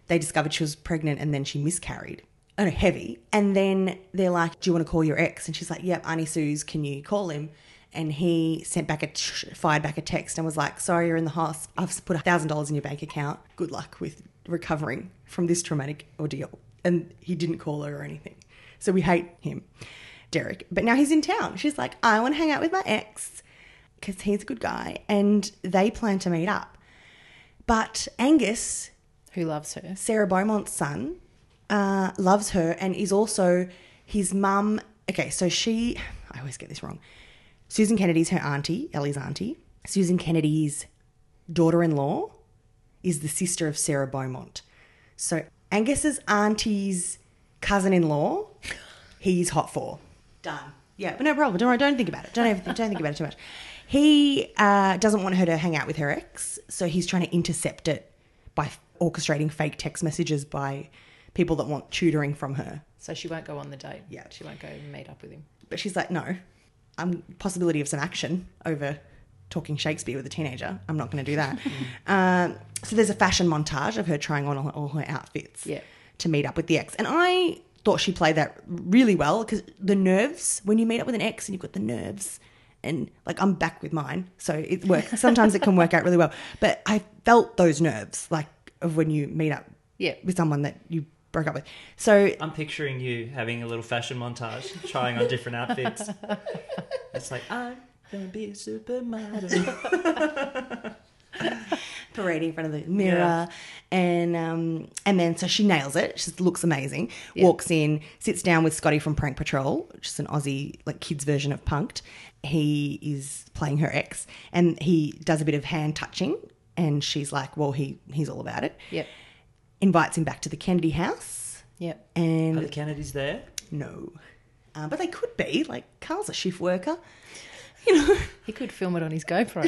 they discovered she was pregnant and then she miscarried. Oh, no, heavy. And then they're like, Do you want to call your ex? And she's like, Yep, Auntie Suze, can you call him? And he sent back a, t- fired back a text and was like, Sorry, you're in the hospital. I've put $1,000 in your bank account. Good luck with recovering from this traumatic ordeal. And he didn't call her or anything. So we hate him, Derek. But now he's in town. She's like, I want to hang out with my ex because he's a good guy. And they plan to meet up. But Angus Who loves her? Sarah Beaumont's son, uh, loves her and is also his mum. Okay, so she, I always get this wrong. Susan Kennedy's her auntie, Ellie's auntie. Susan Kennedy's daughter in law is the sister of Sarah Beaumont. So Angus's auntie's cousin in law, he's hot for. Done. Yeah, but no problem. Don't worry. Don't think about it. Don't ever, don't think about it too much. He uh, doesn't want her to hang out with her ex, so he's trying to intercept it by f- orchestrating fake text messages by people that want tutoring from her. So she won't go on the date. Yeah. She won't go meet up with him. But she's like, no, I'm possibility of some action over talking Shakespeare with a teenager. I'm not going to do [LAUGHS] that. Hmm. um, so there's a fashion montage of her trying on all, all her outfits Yeah. to meet up with the ex. And I thought she played that really well because the nerves, when you meet up with an ex and you've got the nerves, and like I'm back with mine, so it [LAUGHS] works. Sometimes it can work out really well. But I felt those nerves, like of when you meet up Yeah. with someone that you broke up with. So I'm picturing you having a little fashion montage, trying on different outfits. [LAUGHS] It's like I'm gonna be a supermodel. [LAUGHS] parading in front of the mirror and um and then so she nails it she looks amazing walks in sits down with scotty from prank patrol which is an aussie like kids version of punked he is playing her ex and he does a bit of hand touching and she's like well he he's all about it Yep. invites him back to the kennedy house Yep. Are and the Kennedys there? no uh, but they could be like carl's a shift worker He could film it on his [LAUGHS] GoPro.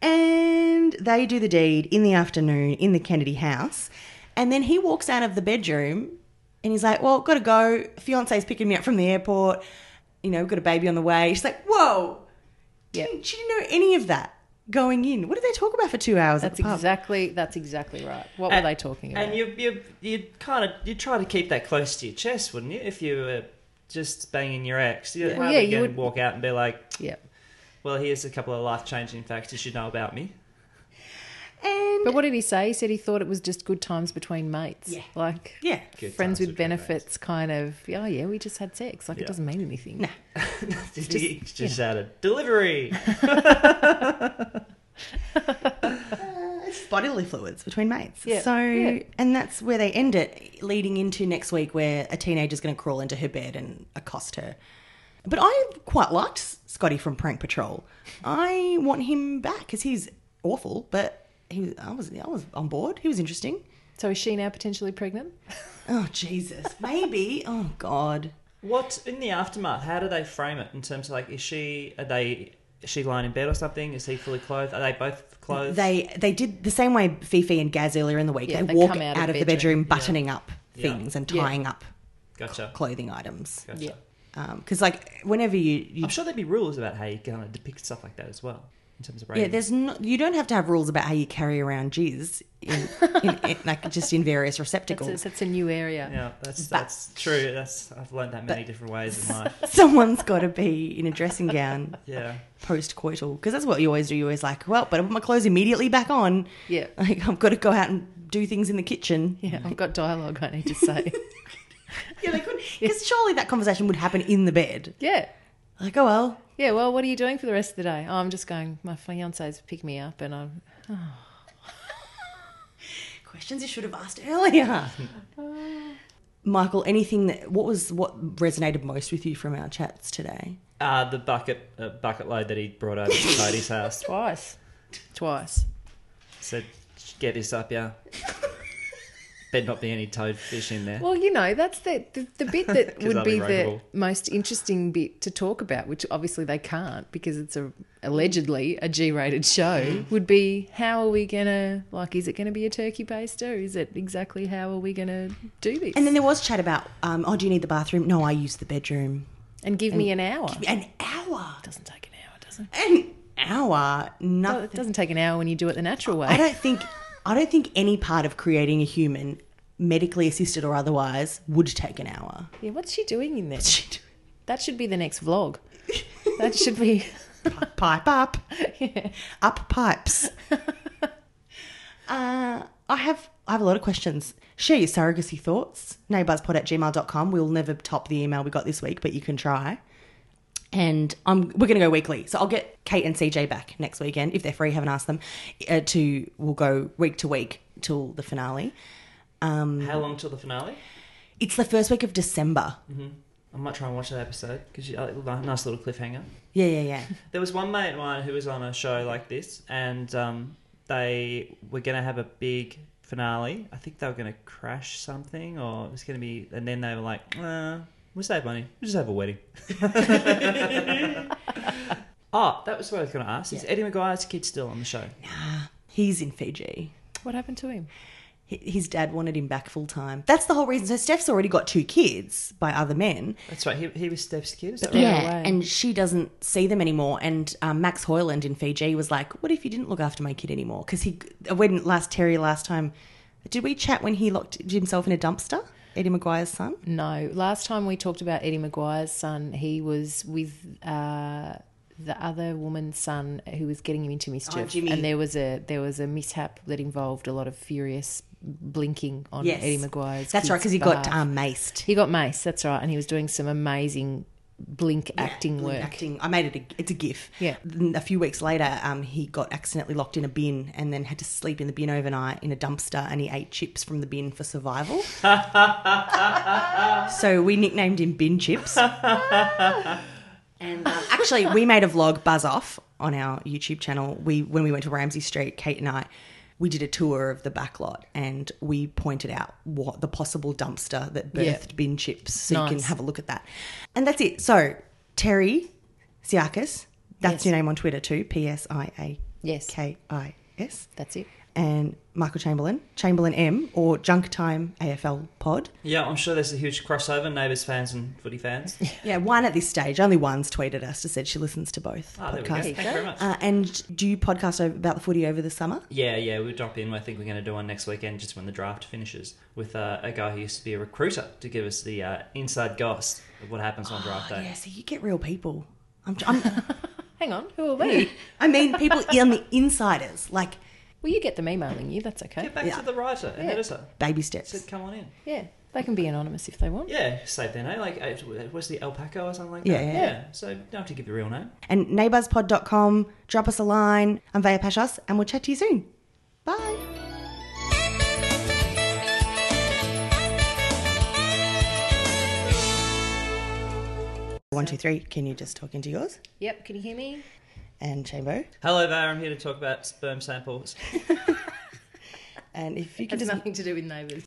And they do the deed in the afternoon in the Kennedy house. And then he walks out of the bedroom and he's like, Well, gotta go. Fiance's picking me up from the airport. You know, we've got a baby on the way. She's like, Whoa. Yeah. Didn't, she didn't know any of that going in. What did they talk about for two hours? That's at the pub? exactly that's exactly right. What were they talking about? And you you you kind of you try to keep that close to your chest, wouldn't you? If you were just banging your ex, you Well, yeah, yeah, you you would- walk out and be like, yeah. "Well, here's a couple of life changing facts you should know about me." [LAUGHS] And But what did he say? He said he thought it was just good times between mates. Yeah. Like yeah. Good times friends with would be great. benefits kind of yeah, yeah, we just had sex. Like Yeah. it doesn't mean anything. Nah. Just, just shouted [LAUGHS] delivery. It's bodily fluids between mates. Yeah. So, Yeah. and that's where they end it, leading into next week where a teenager's going to crawl into her bed and accost her. But I quite liked Scotty from Prank Patrol. I want him back because he's awful, but he, I was, I was on board. He was interesting. So is she now potentially pregnant? Oh [LAUGHS] Jesus, maybe. Oh God. What in the aftermath? How do they frame it in terms of like, is she are they is she lying in bed or something? Is he fully clothed? Are they both clothed? They they did the same way Fifi and Gaz earlier in the week. Yeah, they, they walk come out, of the bedroom, buttoning up Yeah. things and Yeah. tying up gotcha. clothing items. gotcha. Yeah. Because like whenever you, you I'm sure there'd be rules about how you kind of depict stuff like that as well in terms of rating. Yeah, there's no, you don't have to have rules about how you carry around jizz, in, in, in, like just in various That's a, receptacles. that's a new area. Yeah, that's that's true. That's I've learned that many different ways [LAUGHS] in life. Someone's got to be in a dressing gown Yeah, post coital because that's what you always do. You always like, well, but I put my clothes immediately back on. Yeah. [LAUGHS] like I've got to go out and do things in the kitchen. Yeah, I've got dialogue I need to say. [LAUGHS] [LAUGHS] Yeah, they couldn't. Because surely that conversation would happen in the bed. Yeah. Like, oh well. Yeah, well, what are you doing for the rest of the day? Oh, I'm just going, my fiance's pick me up and I'm, Questions you should have asked [LAUGHS] earlier. Michael, anything that what was what resonated most with you from our chats today? Uh, the bucket uh, bucket load that he brought over to Cody's house twice. Twice. said, "Get this up, [LAUGHS] yeah." Better not be any toadfish in there. Well, you know, that's the, the, the bit that 'Cause would I'll be be the rogueable. most interesting bit to talk about, which obviously they can't because it's a allegedly a G rated show, would be how are we gonna like is it gonna be a turkey baster? Is it exactly how are we gonna do this? And then there was chat about, um, oh, do you need the bathroom? No, I use the bedroom. And give me an hour. It An hour, doesn't take an hour, does it? an hour, Oh, nothing. it doesn't take an hour when you do it the natural way. I don't think, I don't think any part of creating a human, medically assisted or otherwise, would take an hour. Yeah, what's she doing in there? That should be the next [LAUGHS] vlog. That should be. [LAUGHS] pipe up, up pipes. [LAUGHS] uh, I have I have a lot of questions. Share your surrogacy thoughts. Neighbourspod at gmail.com. We'll never top the email we got this week, but you can try. And I'm, we're going to go weekly. So I'll get Kate and CJ back next weekend if they're free. Haven't asked them. Uh, to we'll go week to week till the finale. Um, How long till the finale? It's the first week of December. I might try and watch that episode because a nice little cliffhanger. Yeah, yeah, [LAUGHS] yeah. There was one mate of mine who was on a show like this, and um, they were going to have a big finale. I think they were going to crash something, or it was going to be. And then they were like, uh, "We'll save money. We'll just have a wedding." oh, that was what I was going to ask. Is Eddie McGuire's kid still on the show? He's in Fiji. What happened to him? Hi- His dad wanted him back full time. That's the whole reason. So Steph's already got two kids by other men. That's right. He, he was Steph's kid. Is that right? Yeah, away. and she doesn't see them anymore. And um, Max Hoyland in Fiji was like, "What if you didn't look after my kid anymore?" Because he when last Terry last time, did we chat when he locked himself in a dumpster? Eddie Maguire's son. No, last time we talked about Eddie Maguire's son, he was with uh, the other woman's son who was getting him into mischief, Oh, Jimmy. and there was a there was a mishap that involved a lot of furious blinking on Yes, Eddie Maguire's. That's right, because kid's he got behalf. um, maced. he got mace. That's right, and he was doing some amazing blink acting work. Acting. I made it. A, it's a GIF. Yeah. Then A few weeks later, um, he got accidentally locked in a bin and then had to sleep in the bin overnight in a dumpster, and he ate chips from the bin for [LAUGHS] survival. so we nicknamed him Bin [LAUGHS] Chips. and uh, actually, we made a vlog, Buzz Off, on our YouTube channel. We when we went to Ramsey Street, Kate and I. We did a tour of the back lot and we pointed out what the possible dumpster that birthed Yeah. bin chips. So you can Nice. have a look at that. And that's it. So Terry Siakis, that's Yes. your name on Twitter too. P S I A Yes, K I S. that's it. And Michael Chamberlain, Chamberlain M, or Junk Time AFL Pod. Yeah, I'm sure there's a huge crossover. Neighbours fans and footy fans. Yeah, one at this stage. Only one's tweeted us and said she listens to both Ah, there we go. podcasts. Thank you very much. Uh, and do you podcast over, about the footy over the summer? Yeah, yeah, we'll drop in. I think we're going to do one next weekend just when the draft finishes with uh, a guy who used to be a recruiter to give us the uh, inside gossip of what happens on draft day. Ah, Yeah, so you get real people. I'm, I'm, Hang on, who are we? I mean, people [LAUGHS] on the insiders, like well, you get them emailing you. That's okay. Get back Yeah. to the writer and Yeah. editor. baby steps. Said, come on in. Yeah, they can be anonymous if they want. Yeah, save their name. Like, uh, was the alpaca or something like Yeah, that? yeah. So you don't have to give your real name. and neighbourspod.com. Drop us a line. I'm Vaya Pashas, and we'll chat to you soon. Bye. One, two, three. Can you just talk into yours? Yep. Can you hear me? And Chambo. Hello there, I'm here to talk about sperm samples. And if you can It's just nothing to do with neighbours.